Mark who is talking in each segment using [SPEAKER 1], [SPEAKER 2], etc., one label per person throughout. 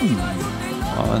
[SPEAKER 1] Mm. Ja,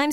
[SPEAKER 2] I'm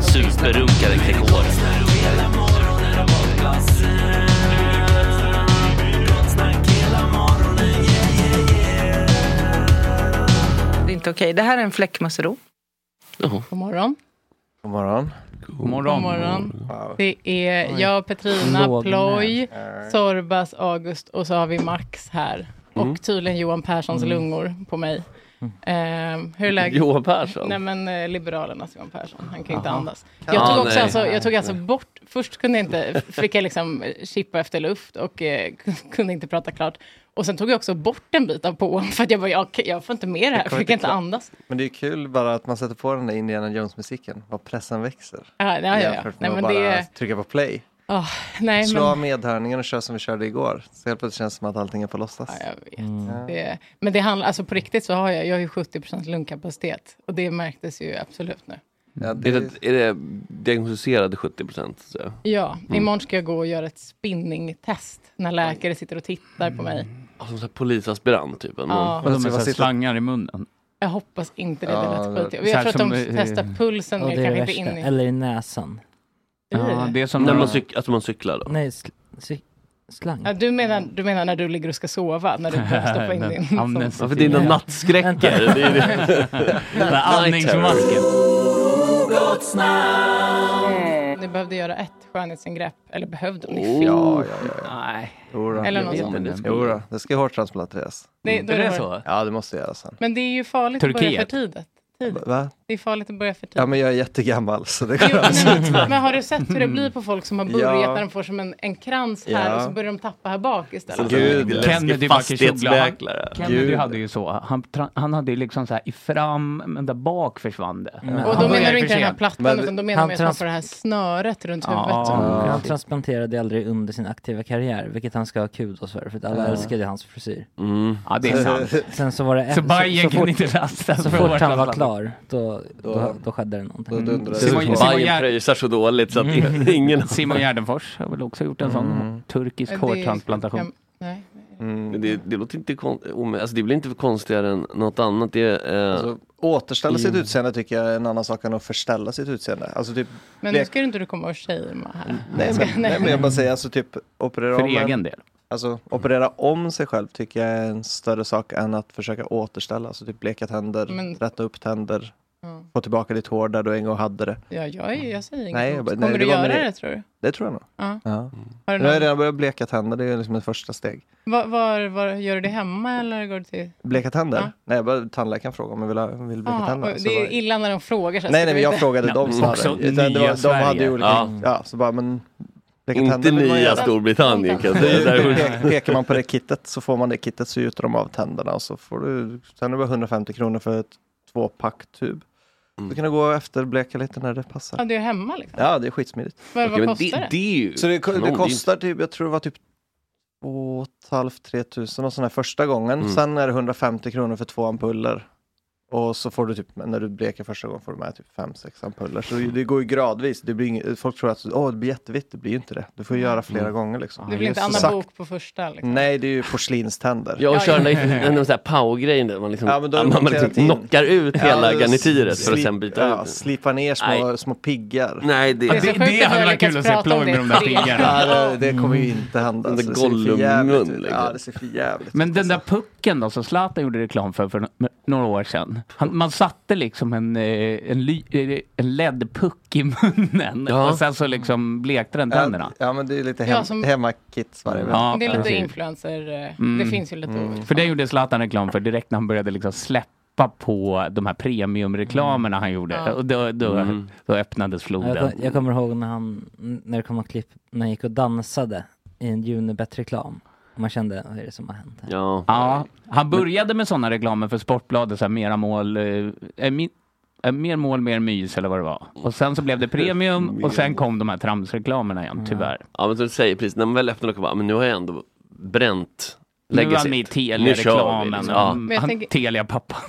[SPEAKER 1] Superrunkare Gregor.
[SPEAKER 3] Det är inte okej. Det här är en fläckmussero.
[SPEAKER 4] God morgon.
[SPEAKER 5] God morgon.
[SPEAKER 6] God morgon.
[SPEAKER 4] God morgon. Det är jag, Petrina,
[SPEAKER 7] Låg
[SPEAKER 5] Äh.
[SPEAKER 4] Ploy,
[SPEAKER 5] Mm.
[SPEAKER 4] Sorbas, August och så har vi Max här. Och tydligen Johan Perssons lungor på mig. Eh, hur är läget?
[SPEAKER 5] Johan Persson?
[SPEAKER 4] Nej men eh, Liberalernas Johan Persson, han kan ju inte
[SPEAKER 5] Aha.
[SPEAKER 4] andas.
[SPEAKER 5] Ja,
[SPEAKER 4] Jag tog, också
[SPEAKER 5] nej.
[SPEAKER 4] alltså, jag tog alltså
[SPEAKER 5] Nej.
[SPEAKER 4] bort, först kunde jag inte, fick jag liksom chippa efter luft och eh, kunde inte prata klart. Och sen tog jag också bort en bit av påan för att jag bara, jag, jag får inte med det här, för jag kan inte andas.
[SPEAKER 6] Men det är ju kul bara att man sätter på den där Indiana Jones-musiken, vad pressen växer.
[SPEAKER 4] Ja, ja, ja, ja.
[SPEAKER 6] Jämfört
[SPEAKER 4] Nej,
[SPEAKER 6] med att
[SPEAKER 4] men
[SPEAKER 6] bara
[SPEAKER 4] det-
[SPEAKER 6] trycka på play.
[SPEAKER 4] Åh, Ah, nej,
[SPEAKER 6] Slå
[SPEAKER 4] men...
[SPEAKER 6] av medhörningen och kör som vi körde igår. Så helt plötsligt känns det som att allting är på låtsas. Mm.
[SPEAKER 4] Ja, jag vet. Det, men det handlar, alltså på riktigt så har jag, jag har ju 70 lungkapacitet. Och det märktes ju absolut nu.
[SPEAKER 5] är, det, är det diagnostiserade 70 procent?
[SPEAKER 4] Ja,
[SPEAKER 5] Mm.
[SPEAKER 4] imorgon ska jag gå och göra ett spinningtest när läkare sitter och tittar på mig.
[SPEAKER 5] Som Alltså, så här polisaspirant typ? ändå.
[SPEAKER 4] Ja. Och de är så här
[SPEAKER 8] slangar i munnen.
[SPEAKER 4] Jag hoppas inte det.
[SPEAKER 5] Ja,
[SPEAKER 4] det lät skit.
[SPEAKER 5] så
[SPEAKER 4] jag
[SPEAKER 5] här
[SPEAKER 4] tror att de
[SPEAKER 5] som, eh,
[SPEAKER 4] testar pulsen,
[SPEAKER 7] Ja,
[SPEAKER 4] men
[SPEAKER 7] det är
[SPEAKER 4] jag
[SPEAKER 7] det
[SPEAKER 4] kanske inte
[SPEAKER 7] värsta.
[SPEAKER 4] in i...
[SPEAKER 7] Eller i näsan.
[SPEAKER 4] Ja,
[SPEAKER 5] det är som när man, cyk- att man cyklar då?
[SPEAKER 7] Nej, sl- cy- slang.
[SPEAKER 4] Ja, du, menar, du menar när du ligger och ska sova, när du behöver stoppa in liksom- din...
[SPEAKER 5] Ja, för dina
[SPEAKER 7] Ja.
[SPEAKER 5] nattskräcker.
[SPEAKER 7] Vänta.
[SPEAKER 5] det är det.
[SPEAKER 7] Den där andningsmasken.
[SPEAKER 4] Ni behövde göra ett skönhetsingrepp, eller behövde ni?
[SPEAKER 6] Oh, ja, ja, ja, ja.
[SPEAKER 5] Nej.
[SPEAKER 6] Jodå.
[SPEAKER 4] Eller Jag något vet sånt. inte.
[SPEAKER 6] Det ska- Jodå, det ska ju hårt transplanteras.
[SPEAKER 4] Nej, då är det så?
[SPEAKER 6] Ja, det måste göras sen.
[SPEAKER 4] Men det är ju farligt att börja
[SPEAKER 6] Turkiet.
[SPEAKER 4] för tidigt. tidigt.
[SPEAKER 6] Va?
[SPEAKER 4] Det är farligt att börja för tidigt.
[SPEAKER 6] Ja, men jag är jättegammal så det går absolut
[SPEAKER 4] Men, men har du sett hur det blir på folk som har börjat
[SPEAKER 6] Ja.
[SPEAKER 4] när de får som en, en krans här
[SPEAKER 6] Ja.
[SPEAKER 4] och så börjar de tappa här bak istället?
[SPEAKER 6] Gud.
[SPEAKER 8] Kennedy var Kishogla. Han-
[SPEAKER 5] Fastighetsmäklare.
[SPEAKER 8] Kennedy
[SPEAKER 5] Gud.
[SPEAKER 8] hade ju så. Han, tra- han hade ju liksom så här i fram, men där bak försvann det.
[SPEAKER 7] Mm.
[SPEAKER 4] Och
[SPEAKER 8] Han
[SPEAKER 4] då menar
[SPEAKER 8] började
[SPEAKER 4] du inte
[SPEAKER 8] för
[SPEAKER 4] den här
[SPEAKER 8] sent.
[SPEAKER 4] plattan utan då menar
[SPEAKER 7] han
[SPEAKER 4] man ju att man
[SPEAKER 7] trans-
[SPEAKER 4] får det här snöret runt huvudet.
[SPEAKER 7] Ja, Han transplanterade aldrig under sin aktiva karriär, vilket han ska ha kudos för, för att alla
[SPEAKER 8] Ja.
[SPEAKER 7] älskade ju hans frisyr.
[SPEAKER 5] Mm.
[SPEAKER 8] Ja, det är sant.
[SPEAKER 7] Sen så var det
[SPEAKER 8] Så Bayern kan
[SPEAKER 7] fort-
[SPEAKER 8] inte lastas
[SPEAKER 7] Så
[SPEAKER 8] för
[SPEAKER 7] fort
[SPEAKER 8] vårt
[SPEAKER 7] han var
[SPEAKER 8] landslag.
[SPEAKER 7] klar, då, då,
[SPEAKER 8] Då-
[SPEAKER 7] då, skedde det någonting.
[SPEAKER 8] då dundrade det.
[SPEAKER 7] Simon-
[SPEAKER 8] Simon-
[SPEAKER 7] Simon-
[SPEAKER 5] Bajen pröjsar så dåligt så att
[SPEAKER 8] Mm.
[SPEAKER 5] ingen
[SPEAKER 8] Simon Gärdenfors har väl också gjort en sån turkisk
[SPEAKER 4] Det-
[SPEAKER 8] hårtransplantation.
[SPEAKER 4] Nej.
[SPEAKER 6] Mm.
[SPEAKER 5] Men Det, det låter inte kon- omö- alltså det blir inte konstigare än något annat. Det, är, eh,
[SPEAKER 6] Alltså, typ- återställa sitt
[SPEAKER 5] Mm.
[SPEAKER 6] utseende tycker jag är en annan sak än att förställa sitt utseende. Alltså typ,
[SPEAKER 4] Men nu
[SPEAKER 6] blek-
[SPEAKER 4] ska du inte du komma och shamea här.
[SPEAKER 6] nej,
[SPEAKER 4] Jag ska-
[SPEAKER 6] men, nej, men jag bara säger alltså typ operera
[SPEAKER 8] För
[SPEAKER 6] om en-
[SPEAKER 8] egen del.
[SPEAKER 6] Alltså operera om sig själv tycker jag är en större sak än att försöka återställa. Alltså typ bleka tänder,
[SPEAKER 4] Men-
[SPEAKER 6] rätta upp tänder,
[SPEAKER 4] Ja.
[SPEAKER 6] få tillbaka ditt hår där du en gång hade det.
[SPEAKER 4] Ja, jag, är- jag säger inget
[SPEAKER 6] Nej,
[SPEAKER 4] emot.
[SPEAKER 6] jag bara-
[SPEAKER 4] Kommer
[SPEAKER 6] nej,
[SPEAKER 4] du
[SPEAKER 6] det var
[SPEAKER 4] göra
[SPEAKER 6] med
[SPEAKER 4] det,
[SPEAKER 6] det.
[SPEAKER 4] tror du?
[SPEAKER 6] Det tror jag nog.
[SPEAKER 4] Ja.
[SPEAKER 6] Ja.
[SPEAKER 4] Har
[SPEAKER 6] Nu
[SPEAKER 4] du
[SPEAKER 6] har jag
[SPEAKER 4] någon,
[SPEAKER 6] redan börjat bleka tänder, det är ju liksom ett första steg.
[SPEAKER 4] var, var, var, gör du det hemma eller går du till...
[SPEAKER 6] Bleka tänder?
[SPEAKER 4] Ja.
[SPEAKER 6] Nej, jag bara tandläkaren frågade om jag ville, vill bleka
[SPEAKER 4] Ah,
[SPEAKER 6] tänder.
[SPEAKER 4] och
[SPEAKER 6] Så
[SPEAKER 4] det är
[SPEAKER 6] bara-
[SPEAKER 4] illa när de frågar. Så här,
[SPEAKER 6] Nej,
[SPEAKER 4] ska
[SPEAKER 6] nej,
[SPEAKER 4] du
[SPEAKER 6] men jag
[SPEAKER 4] inte-
[SPEAKER 6] frågade dem snarare. Utan det var, de hade ju olika, ja.
[SPEAKER 5] Ja.
[SPEAKER 6] så bara, men bleka
[SPEAKER 5] inte
[SPEAKER 6] tänder vill man
[SPEAKER 5] nya
[SPEAKER 6] göra.
[SPEAKER 5] Storbritannien kan jag
[SPEAKER 6] Det
[SPEAKER 5] säga.
[SPEAKER 6] är ju-
[SPEAKER 5] Där-
[SPEAKER 6] pe- Pekar man på det kittet så får man det kittet så gjuter de av tänderna och så får du, sen är det bara 150 kronor för ett tvåpack tub.
[SPEAKER 5] Mm.
[SPEAKER 6] Du kan du gå efter och bleka lite när det passar.
[SPEAKER 4] Ja, du är hemma liksom.
[SPEAKER 6] Ja, det är skitsmidigt.
[SPEAKER 4] Vad, vad kostar det?
[SPEAKER 5] är ju
[SPEAKER 6] Så det, ko-
[SPEAKER 5] kanon,
[SPEAKER 6] det
[SPEAKER 5] det är
[SPEAKER 6] kostar typ, jag tror det var typ 2 500-3 tusen och sån här första gången.
[SPEAKER 5] Mm.
[SPEAKER 6] Sen är det 150 kronor för två ampuller. Och så får du typ, när du bleker första gången får du med typ 5-6 ampuller. Så det går ju gradvis. Det blir inget, folk tror att åh det blir jättevitt, det blir ju inte det. Du får göra
[SPEAKER 5] Mm.
[SPEAKER 6] flera gånger liksom.
[SPEAKER 4] Du blir inte
[SPEAKER 6] Så
[SPEAKER 4] Anna
[SPEAKER 6] sak-
[SPEAKER 4] Bok på första liksom.
[SPEAKER 6] Nej, det är ju porslinständer.
[SPEAKER 5] Jag kör den där, den där så här pow-grejen där man liksom,
[SPEAKER 6] Ja, men då har du
[SPEAKER 5] man liksom
[SPEAKER 6] monterat in.
[SPEAKER 5] knockar ut hela
[SPEAKER 6] Ja,
[SPEAKER 5] garnityret för att
[SPEAKER 6] sli-
[SPEAKER 5] sen byta
[SPEAKER 6] ja,
[SPEAKER 5] ut.
[SPEAKER 6] Slipa ner små,
[SPEAKER 5] Nej.
[SPEAKER 6] små piggar.
[SPEAKER 5] Nej, det,
[SPEAKER 4] Det är så
[SPEAKER 8] Det,
[SPEAKER 4] sjukt att vi
[SPEAKER 8] det hade
[SPEAKER 4] har
[SPEAKER 8] varit kul att
[SPEAKER 4] lyckats
[SPEAKER 8] se
[SPEAKER 4] prata
[SPEAKER 8] ploj
[SPEAKER 4] om
[SPEAKER 8] med
[SPEAKER 4] det
[SPEAKER 8] de där
[SPEAKER 4] tre
[SPEAKER 8] piggarna.
[SPEAKER 6] Ja, det, det kommer ju inte hända.
[SPEAKER 5] Den där
[SPEAKER 6] så det ser ju för jävligt
[SPEAKER 5] Gollum-mun,
[SPEAKER 6] ut.
[SPEAKER 5] liksom.
[SPEAKER 6] Ja, det ser för jävligt ut.
[SPEAKER 8] Men den där pucken då som Zlatan gjorde reklam för för n- några år sedan. Han, man satte liksom en, eh, en, ly- eh, en LED-puck i munnen
[SPEAKER 5] Ja.
[SPEAKER 8] och sen så liksom blekte den tänderna.
[SPEAKER 6] Ja, men det är lite
[SPEAKER 4] Ja,
[SPEAKER 6] hem,
[SPEAKER 4] som-
[SPEAKER 6] hemmakits varje vecka.
[SPEAKER 8] Ja,
[SPEAKER 4] det är lite
[SPEAKER 8] precis.
[SPEAKER 4] influencer... eh, Det
[SPEAKER 8] Mm.
[SPEAKER 4] finns ju lite olika.
[SPEAKER 8] För det gjorde Zlatan reklam för direkt när han började liksom släppa på de här premiumreklamerna han gjorde.
[SPEAKER 4] Mm. Ja.
[SPEAKER 8] Och då, då,
[SPEAKER 6] Mm.
[SPEAKER 8] då öppnades floden.
[SPEAKER 7] Jag, jag kommer ihåg när han, när det kom något klipp, när han gick och dansade i en Unibet-reklam. Man kände, vad är det som har hänt här?
[SPEAKER 5] Ja.
[SPEAKER 8] Ja, han började med sådana reklamer för Sportbladet, så här, mera mål, eh, eh, min, eh, mer mål, mer mys eller vad det var. Och sen så blev det premium och sen kom de här tramsreklamerna igen, tyvärr.
[SPEAKER 5] ja, men som du säger precis, när man väl öppnar och bara, men nu har jag ändå bränt
[SPEAKER 8] Nu var
[SPEAKER 5] legacyt.
[SPEAKER 8] han med i
[SPEAKER 5] Nu kör vi,
[SPEAKER 8] Telia-reklamen,
[SPEAKER 5] liksom.
[SPEAKER 8] ja.
[SPEAKER 4] Men jag
[SPEAKER 8] han,
[SPEAKER 4] tänker- Mm.
[SPEAKER 8] Telia-pappan.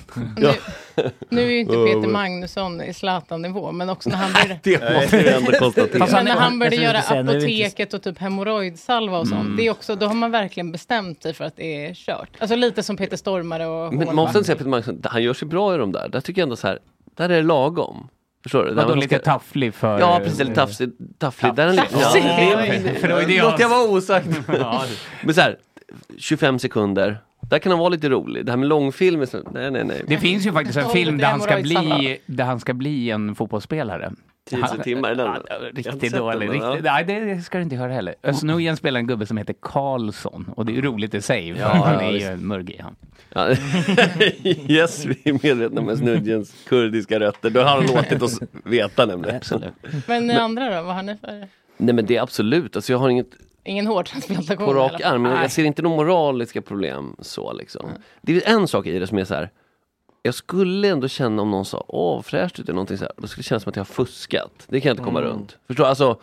[SPEAKER 4] Nu är ju inte
[SPEAKER 6] Oh,
[SPEAKER 4] Peter Magnusson i Zlatan-nivå, men också när han började...
[SPEAKER 5] Det måste vi ändå konstatera.
[SPEAKER 8] Fast
[SPEAKER 4] Men
[SPEAKER 8] han
[SPEAKER 4] när
[SPEAKER 8] är-
[SPEAKER 4] han började
[SPEAKER 7] jag
[SPEAKER 4] göra
[SPEAKER 7] tänkte säga, nu är vi inte-
[SPEAKER 4] apoteket och typ hemorrojdsalva och sånt,
[SPEAKER 5] Mm.
[SPEAKER 4] det är också, då har man verkligen bestämt sig för att det är kört. Alltså lite som Peter Stormare och
[SPEAKER 5] Men man
[SPEAKER 4] Hålvak.
[SPEAKER 5] måste ändå säga Peter Magnusson, han gör sig bra i de där. Där tycker jag ändå så här, där är det lagom. Förstår du? Där
[SPEAKER 8] Vadå,
[SPEAKER 5] man
[SPEAKER 8] lite
[SPEAKER 5] ska-
[SPEAKER 8] tafflig för...
[SPEAKER 5] Ja, precis. Eller tafsig. Tafflig. Där är han-
[SPEAKER 4] Tafsig.
[SPEAKER 5] Ja, det-
[SPEAKER 8] För det var ju det jag-
[SPEAKER 5] Låt jag vara osagt.
[SPEAKER 8] Ja.
[SPEAKER 5] Men så här, 25 sekunder. Där kan han vara lite rolig. Det här med långfilm, är så- nej nej nej.
[SPEAKER 8] Det finns ju faktiskt en
[SPEAKER 4] Ja,
[SPEAKER 8] film
[SPEAKER 4] det
[SPEAKER 8] där
[SPEAKER 4] är
[SPEAKER 8] han, ska
[SPEAKER 4] hemorrojdsalva.
[SPEAKER 8] bli, där han ska bli en fotbollsspelare.
[SPEAKER 5] Tidsutimmar är den. Jag har inte
[SPEAKER 8] Riktigt
[SPEAKER 5] sett
[SPEAKER 8] dålig.
[SPEAKER 5] den, men,
[SPEAKER 8] Riktigt, nej, det ska du inte höra heller. Özz Nujen spelar en gubbe som heter Karlsson och det är ju roligt i sig. för
[SPEAKER 5] Ja,
[SPEAKER 8] han
[SPEAKER 5] ja,
[SPEAKER 8] är ju
[SPEAKER 5] visst.
[SPEAKER 8] en mörgig han.
[SPEAKER 5] Ja. yes, vi är medvetna om Snudgens kurdiska rötter. Då har han låtit oss veta nämligen.
[SPEAKER 4] Men ni andra då, vad har ni för?
[SPEAKER 5] Nej men det är absolut, alltså jag har inget
[SPEAKER 4] Ingen hårtransplantation?
[SPEAKER 5] på
[SPEAKER 4] i
[SPEAKER 5] rak
[SPEAKER 4] alla fall.
[SPEAKER 5] arm, men
[SPEAKER 4] Nej.
[SPEAKER 5] jag ser inte några moraliska problem så liksom. Det är en sak i det som är så här. jag skulle ändå känna om någon sa åh vad fräscht ut eller någonting så här, då skulle det kännas som att jag har fuskat. Det kan jag inte komma
[SPEAKER 8] Mm.
[SPEAKER 5] runt. Förstår du? Alltså,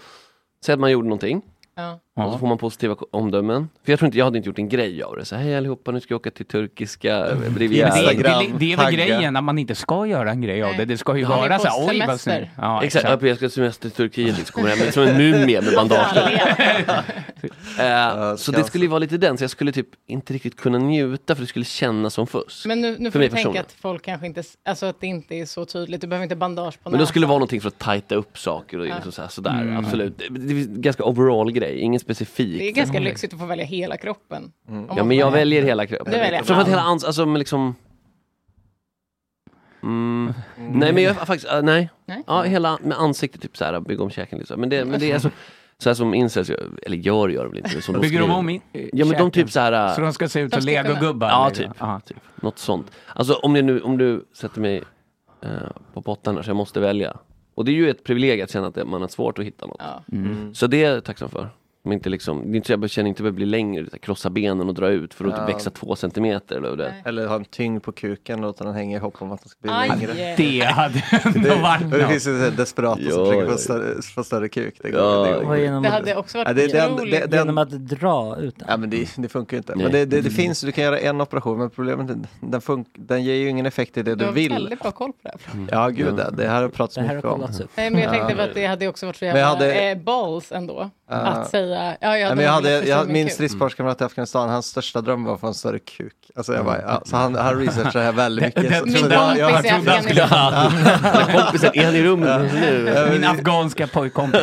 [SPEAKER 5] säg att man gjorde någonting.
[SPEAKER 4] Ja.
[SPEAKER 5] Och så får man positiva ko- omdömen. För jag tror inte, jag hade inte gjort en grej av det. Så här, hej allihopa, nu ska jag åka till turkiska eh, Riviera.
[SPEAKER 8] det, det, det är väl grejen när man inte ska göra en grej av det. Det ska ju vara så här, oj vad snygg. Ja,
[SPEAKER 5] exakt.
[SPEAKER 8] exakt.
[SPEAKER 5] Ja, Jag ska semester till Turkiet, liksom. kommer hem som en mumie med bandagen. Eh, så det
[SPEAKER 8] kanske.
[SPEAKER 5] skulle ju vara lite den, så jag skulle typ inte riktigt kunna njuta för det skulle kännas som fusk.
[SPEAKER 4] Men nu, nu
[SPEAKER 5] för
[SPEAKER 4] får
[SPEAKER 5] mig
[SPEAKER 4] du
[SPEAKER 5] personligen.
[SPEAKER 4] tänka att folk kanske inte, alltså att det inte är så tydligt, du behöver inte bandage på
[SPEAKER 5] Men då
[SPEAKER 4] näsan.
[SPEAKER 5] skulle det vara någonting för att tajta upp saker och
[SPEAKER 4] Ja.
[SPEAKER 5] liksom så här, sådär.
[SPEAKER 8] Mm.
[SPEAKER 5] Absolut. Det, det är en ganska overall grej, ingen specifik.
[SPEAKER 4] Det är ganska lyxigt att få välja hela
[SPEAKER 7] Mm.
[SPEAKER 4] kroppen. Om
[SPEAKER 5] Ja
[SPEAKER 4] man
[SPEAKER 5] men jag
[SPEAKER 4] får-
[SPEAKER 5] väljer hela kroppen.
[SPEAKER 4] Du väljer
[SPEAKER 5] Framförallt
[SPEAKER 4] allt.
[SPEAKER 5] hela ans... Alltså men liksom... Mm. Nej men jag faktiskt, äh, nej.
[SPEAKER 4] Nej.
[SPEAKER 5] Ja hela med ansiktet typ såhär, bygga om käken lite så. Men det, men det är så, så här som incels gör, eller gör gör väl inte. men Som
[SPEAKER 8] Bygger de
[SPEAKER 5] skriver.
[SPEAKER 8] om i-
[SPEAKER 5] Ja men de
[SPEAKER 8] käken?
[SPEAKER 5] typ såhär... äh,
[SPEAKER 8] Så de ska se ut som legogubbar?
[SPEAKER 5] Ja
[SPEAKER 8] liksom.
[SPEAKER 5] typ, typ. Något sånt. Alltså om, det nu, om du sätter mig eh, på botten här så jag måste välja. Och det är ju ett privilegium att känna att det- man har svårt att hitta något.
[SPEAKER 8] Mm.
[SPEAKER 5] Så det är jag tacksam för. Men inte liksom, det är inte så jag känner inte att jag blir längre, utan krossa benen och dra ut för att inte
[SPEAKER 6] Ja.
[SPEAKER 5] växa två centimeter. Eller, hur det. är.
[SPEAKER 6] Eller ha en tyngd på kuken och låta den hänga i hopp om att den ska bli
[SPEAKER 4] Aj.
[SPEAKER 6] längre.
[SPEAKER 8] Det hade ändå varit
[SPEAKER 6] och det
[SPEAKER 8] något.
[SPEAKER 6] finns ju så här desperata
[SPEAKER 5] Ja,
[SPEAKER 6] som försöker
[SPEAKER 5] ja, ja.
[SPEAKER 6] få större, få större kuk. Det,
[SPEAKER 5] Ja.
[SPEAKER 6] går- det, går
[SPEAKER 7] Och
[SPEAKER 6] ju.
[SPEAKER 7] genom-
[SPEAKER 4] Det hade också varit
[SPEAKER 6] Ja, det- det-
[SPEAKER 4] otroligt.
[SPEAKER 6] det- det-
[SPEAKER 7] Genom att dra ut den.
[SPEAKER 6] Ja men det, det funkar ju inte.
[SPEAKER 5] Nej.
[SPEAKER 6] Men det, det, det
[SPEAKER 7] Mm.
[SPEAKER 6] finns, du kan göra en operation men problemet är att den, fun- den ger ju ingen effekt i det
[SPEAKER 4] Du
[SPEAKER 6] du
[SPEAKER 4] har
[SPEAKER 6] vill.
[SPEAKER 4] väldigt bra koll på det här.
[SPEAKER 5] Mm.
[SPEAKER 6] Ja gud, det, det här har pratats
[SPEAKER 7] Det här
[SPEAKER 6] mycket
[SPEAKER 7] har
[SPEAKER 6] om.
[SPEAKER 7] kollats
[SPEAKER 5] Typ.
[SPEAKER 7] upp.
[SPEAKER 4] Nej, men jag tänkte
[SPEAKER 6] Ja.
[SPEAKER 4] bara att det hade också varit så
[SPEAKER 6] Men jag
[SPEAKER 4] jävla
[SPEAKER 6] hade-
[SPEAKER 4] eh, balls ändå.
[SPEAKER 6] Ja.
[SPEAKER 4] Att säga, ja,
[SPEAKER 6] Ja,
[SPEAKER 4] jag,
[SPEAKER 6] Eh, men jag hade, jag, min
[SPEAKER 4] min
[SPEAKER 6] stridsparskamrat i Afghanistan, hans största dröm var att få en större kuk. Alltså
[SPEAKER 5] Mm.
[SPEAKER 6] jag bara, ja, så han, han researchade det här väldigt mycket.
[SPEAKER 8] det-
[SPEAKER 6] så,
[SPEAKER 8] min
[SPEAKER 6] så
[SPEAKER 8] kompis i
[SPEAKER 6] jag trodde han skulle
[SPEAKER 4] Afghanistan.
[SPEAKER 5] Kompisen, är han i rummet nu?
[SPEAKER 8] Min afghanska pojkkompis.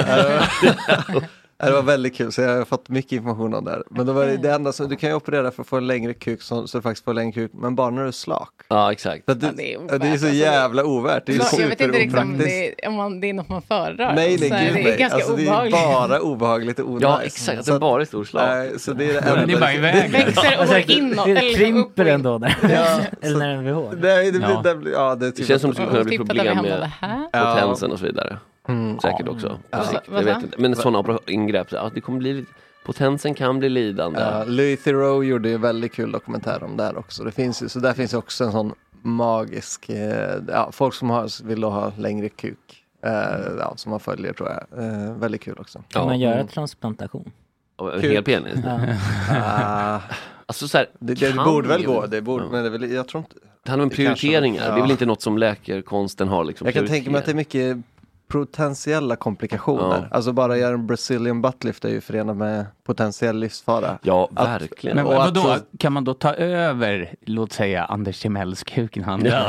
[SPEAKER 6] Ja, Det var väldigt kul, så jag har fått mycket information om det här. Men då var det, det enda, så du kan ju operera för att få en längre kuk, så, så du faktiskt får en längre kuk, men bara när du är slak.
[SPEAKER 5] Ja exakt.
[SPEAKER 6] För att
[SPEAKER 4] Ja,
[SPEAKER 6] det,
[SPEAKER 4] det är ovärt,
[SPEAKER 6] ja, det är så
[SPEAKER 4] alltså.
[SPEAKER 6] jävla ovärt, det är ju
[SPEAKER 4] Jag vet inte riktigt om
[SPEAKER 6] superopraktiskt.
[SPEAKER 4] det, om man, det är något man föredrar.
[SPEAKER 6] Nej,
[SPEAKER 4] Så här,
[SPEAKER 6] nej, gud
[SPEAKER 4] det är
[SPEAKER 6] nej.
[SPEAKER 4] ganska
[SPEAKER 6] Alltså, det är ju
[SPEAKER 4] obehagligt.
[SPEAKER 6] bara obehagligt och onajs.
[SPEAKER 5] Ja exakt, att
[SPEAKER 6] Så
[SPEAKER 5] den
[SPEAKER 6] att-
[SPEAKER 5] bara är stor slag.
[SPEAKER 6] nej, så det är det
[SPEAKER 8] Då är ni
[SPEAKER 6] enda-
[SPEAKER 8] bara iväg.
[SPEAKER 6] det-
[SPEAKER 4] Växer och går inåt.
[SPEAKER 7] det
[SPEAKER 4] eller liksom upp
[SPEAKER 7] krymper
[SPEAKER 4] och in.
[SPEAKER 7] ändå där.
[SPEAKER 6] Ja,
[SPEAKER 7] Eller när den blir hård.
[SPEAKER 6] Nej, det
[SPEAKER 8] Ja.
[SPEAKER 6] blir... det blir- Ja, det är
[SPEAKER 5] Det
[SPEAKER 6] typ
[SPEAKER 5] känns som
[SPEAKER 6] att-
[SPEAKER 5] det skulle kunna bli
[SPEAKER 4] Otippat att vi
[SPEAKER 5] problem
[SPEAKER 4] hamnade
[SPEAKER 5] med
[SPEAKER 4] här.
[SPEAKER 5] potensen och så vidare.
[SPEAKER 6] Mm.
[SPEAKER 5] Säkert också. På
[SPEAKER 4] Vad sa-
[SPEAKER 5] sikt. Jag
[SPEAKER 4] vad sa
[SPEAKER 5] vet
[SPEAKER 4] han?
[SPEAKER 5] inte. Men sådana opera- ingrepp, så, ja, det kommer bli lite, potensen kan bli lidande.
[SPEAKER 6] Ja, Louis Theroux gjorde ju en väldigt kul dokumentär om det här också. Det finns ju, så där finns ju också en sån magisk, eh, ja, folk som har, vill ha längre kuk. Eh, ja, som man följer tror jag. Eh, väldigt kul också.
[SPEAKER 7] Kan man
[SPEAKER 6] Mm.
[SPEAKER 7] göra transplantation?
[SPEAKER 5] Av en hel penis.
[SPEAKER 7] Ja.
[SPEAKER 6] Ah,
[SPEAKER 5] Alltså så här,
[SPEAKER 6] det, det,
[SPEAKER 5] kan
[SPEAKER 6] borde väl
[SPEAKER 5] ju-
[SPEAKER 6] gå, det borde,
[SPEAKER 5] Ja.
[SPEAKER 6] men det är väl, jag tror inte.
[SPEAKER 5] Det handlar om
[SPEAKER 6] Det kanske-
[SPEAKER 5] prioriteringar. Det är väl
[SPEAKER 6] ja.
[SPEAKER 5] inte något som läkarkonsten har liksom
[SPEAKER 6] Jag kan tänka mig att det är mycket potentiella komplikationer. Alltså bara göra en Brazilian buttlift är ju förenat med potentiell livsfara.
[SPEAKER 5] Ja,
[SPEAKER 6] att-
[SPEAKER 5] verkligen.
[SPEAKER 8] Men
[SPEAKER 6] Och att-
[SPEAKER 8] vadå, kan man då ta över, låt säga, Anders Timells kuk i handen?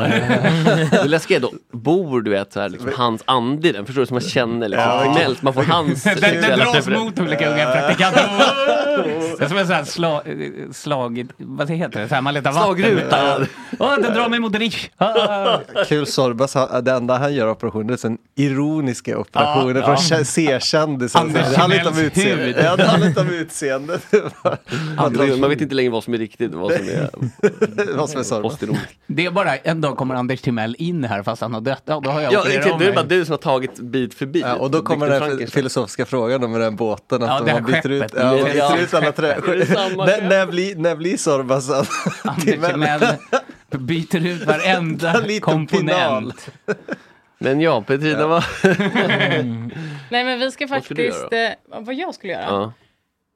[SPEAKER 5] Det läskiga är då, bor du vet, så här, liksom, hans ande i den? Förstår du? Som man känner liksom,
[SPEAKER 6] Ja.
[SPEAKER 5] formellt, man får hans
[SPEAKER 8] Den, den
[SPEAKER 5] sexuella
[SPEAKER 8] dras
[SPEAKER 5] preferens.
[SPEAKER 8] mot olika unga praktikanter. Det är som en sån här sla, eh, slag... Vad heter det? Så här, man letar vatten.
[SPEAKER 5] Slagruta.
[SPEAKER 8] Åh, den drar mig mot Rich. Ah.
[SPEAKER 6] Kul Sorbas, han- det enda han gör operationer det är sen ironiska operationer från kä- C-kändisar.
[SPEAKER 8] Anders
[SPEAKER 6] Det handlar inte om
[SPEAKER 8] Timells
[SPEAKER 6] utseendet.
[SPEAKER 8] hud.
[SPEAKER 6] Ja, det handlar inte om utseendet.
[SPEAKER 4] Mm.
[SPEAKER 5] Man drar- Man vet inte längre vad som är riktigt och vad som är
[SPEAKER 6] Vad som är Sorbas.
[SPEAKER 5] postironiskt.
[SPEAKER 8] Det är bara en dag kommer Anders Timell in här fast han har dött. Ja, då har jag
[SPEAKER 5] Ja, det
[SPEAKER 8] opererat
[SPEAKER 5] är typ-
[SPEAKER 8] om
[SPEAKER 5] det är
[SPEAKER 8] mig.
[SPEAKER 5] bara du som har tagit bit för bit.
[SPEAKER 6] Ja, och då kommer
[SPEAKER 5] Victor
[SPEAKER 6] den här
[SPEAKER 5] Frankenstein.
[SPEAKER 6] filosofiska frågan om den här båten. Att
[SPEAKER 8] Ja, det
[SPEAKER 6] de
[SPEAKER 8] här
[SPEAKER 6] har bytt ut,
[SPEAKER 8] skeppet.
[SPEAKER 6] ja, man
[SPEAKER 5] Ja.
[SPEAKER 6] byter ut alla trä.
[SPEAKER 5] Är det samma
[SPEAKER 6] När-
[SPEAKER 5] skepp?
[SPEAKER 6] När blir- när blir Sorbas att-
[SPEAKER 8] Anders Timell byter ut varenda
[SPEAKER 6] Liten final.
[SPEAKER 8] komponent.
[SPEAKER 5] Men ja, Petrina, vad...
[SPEAKER 4] Nej, men vi ska
[SPEAKER 5] Vad skulle du
[SPEAKER 4] faktiskt... eh, vad jag skulle göra? Ja.
[SPEAKER 5] Ja.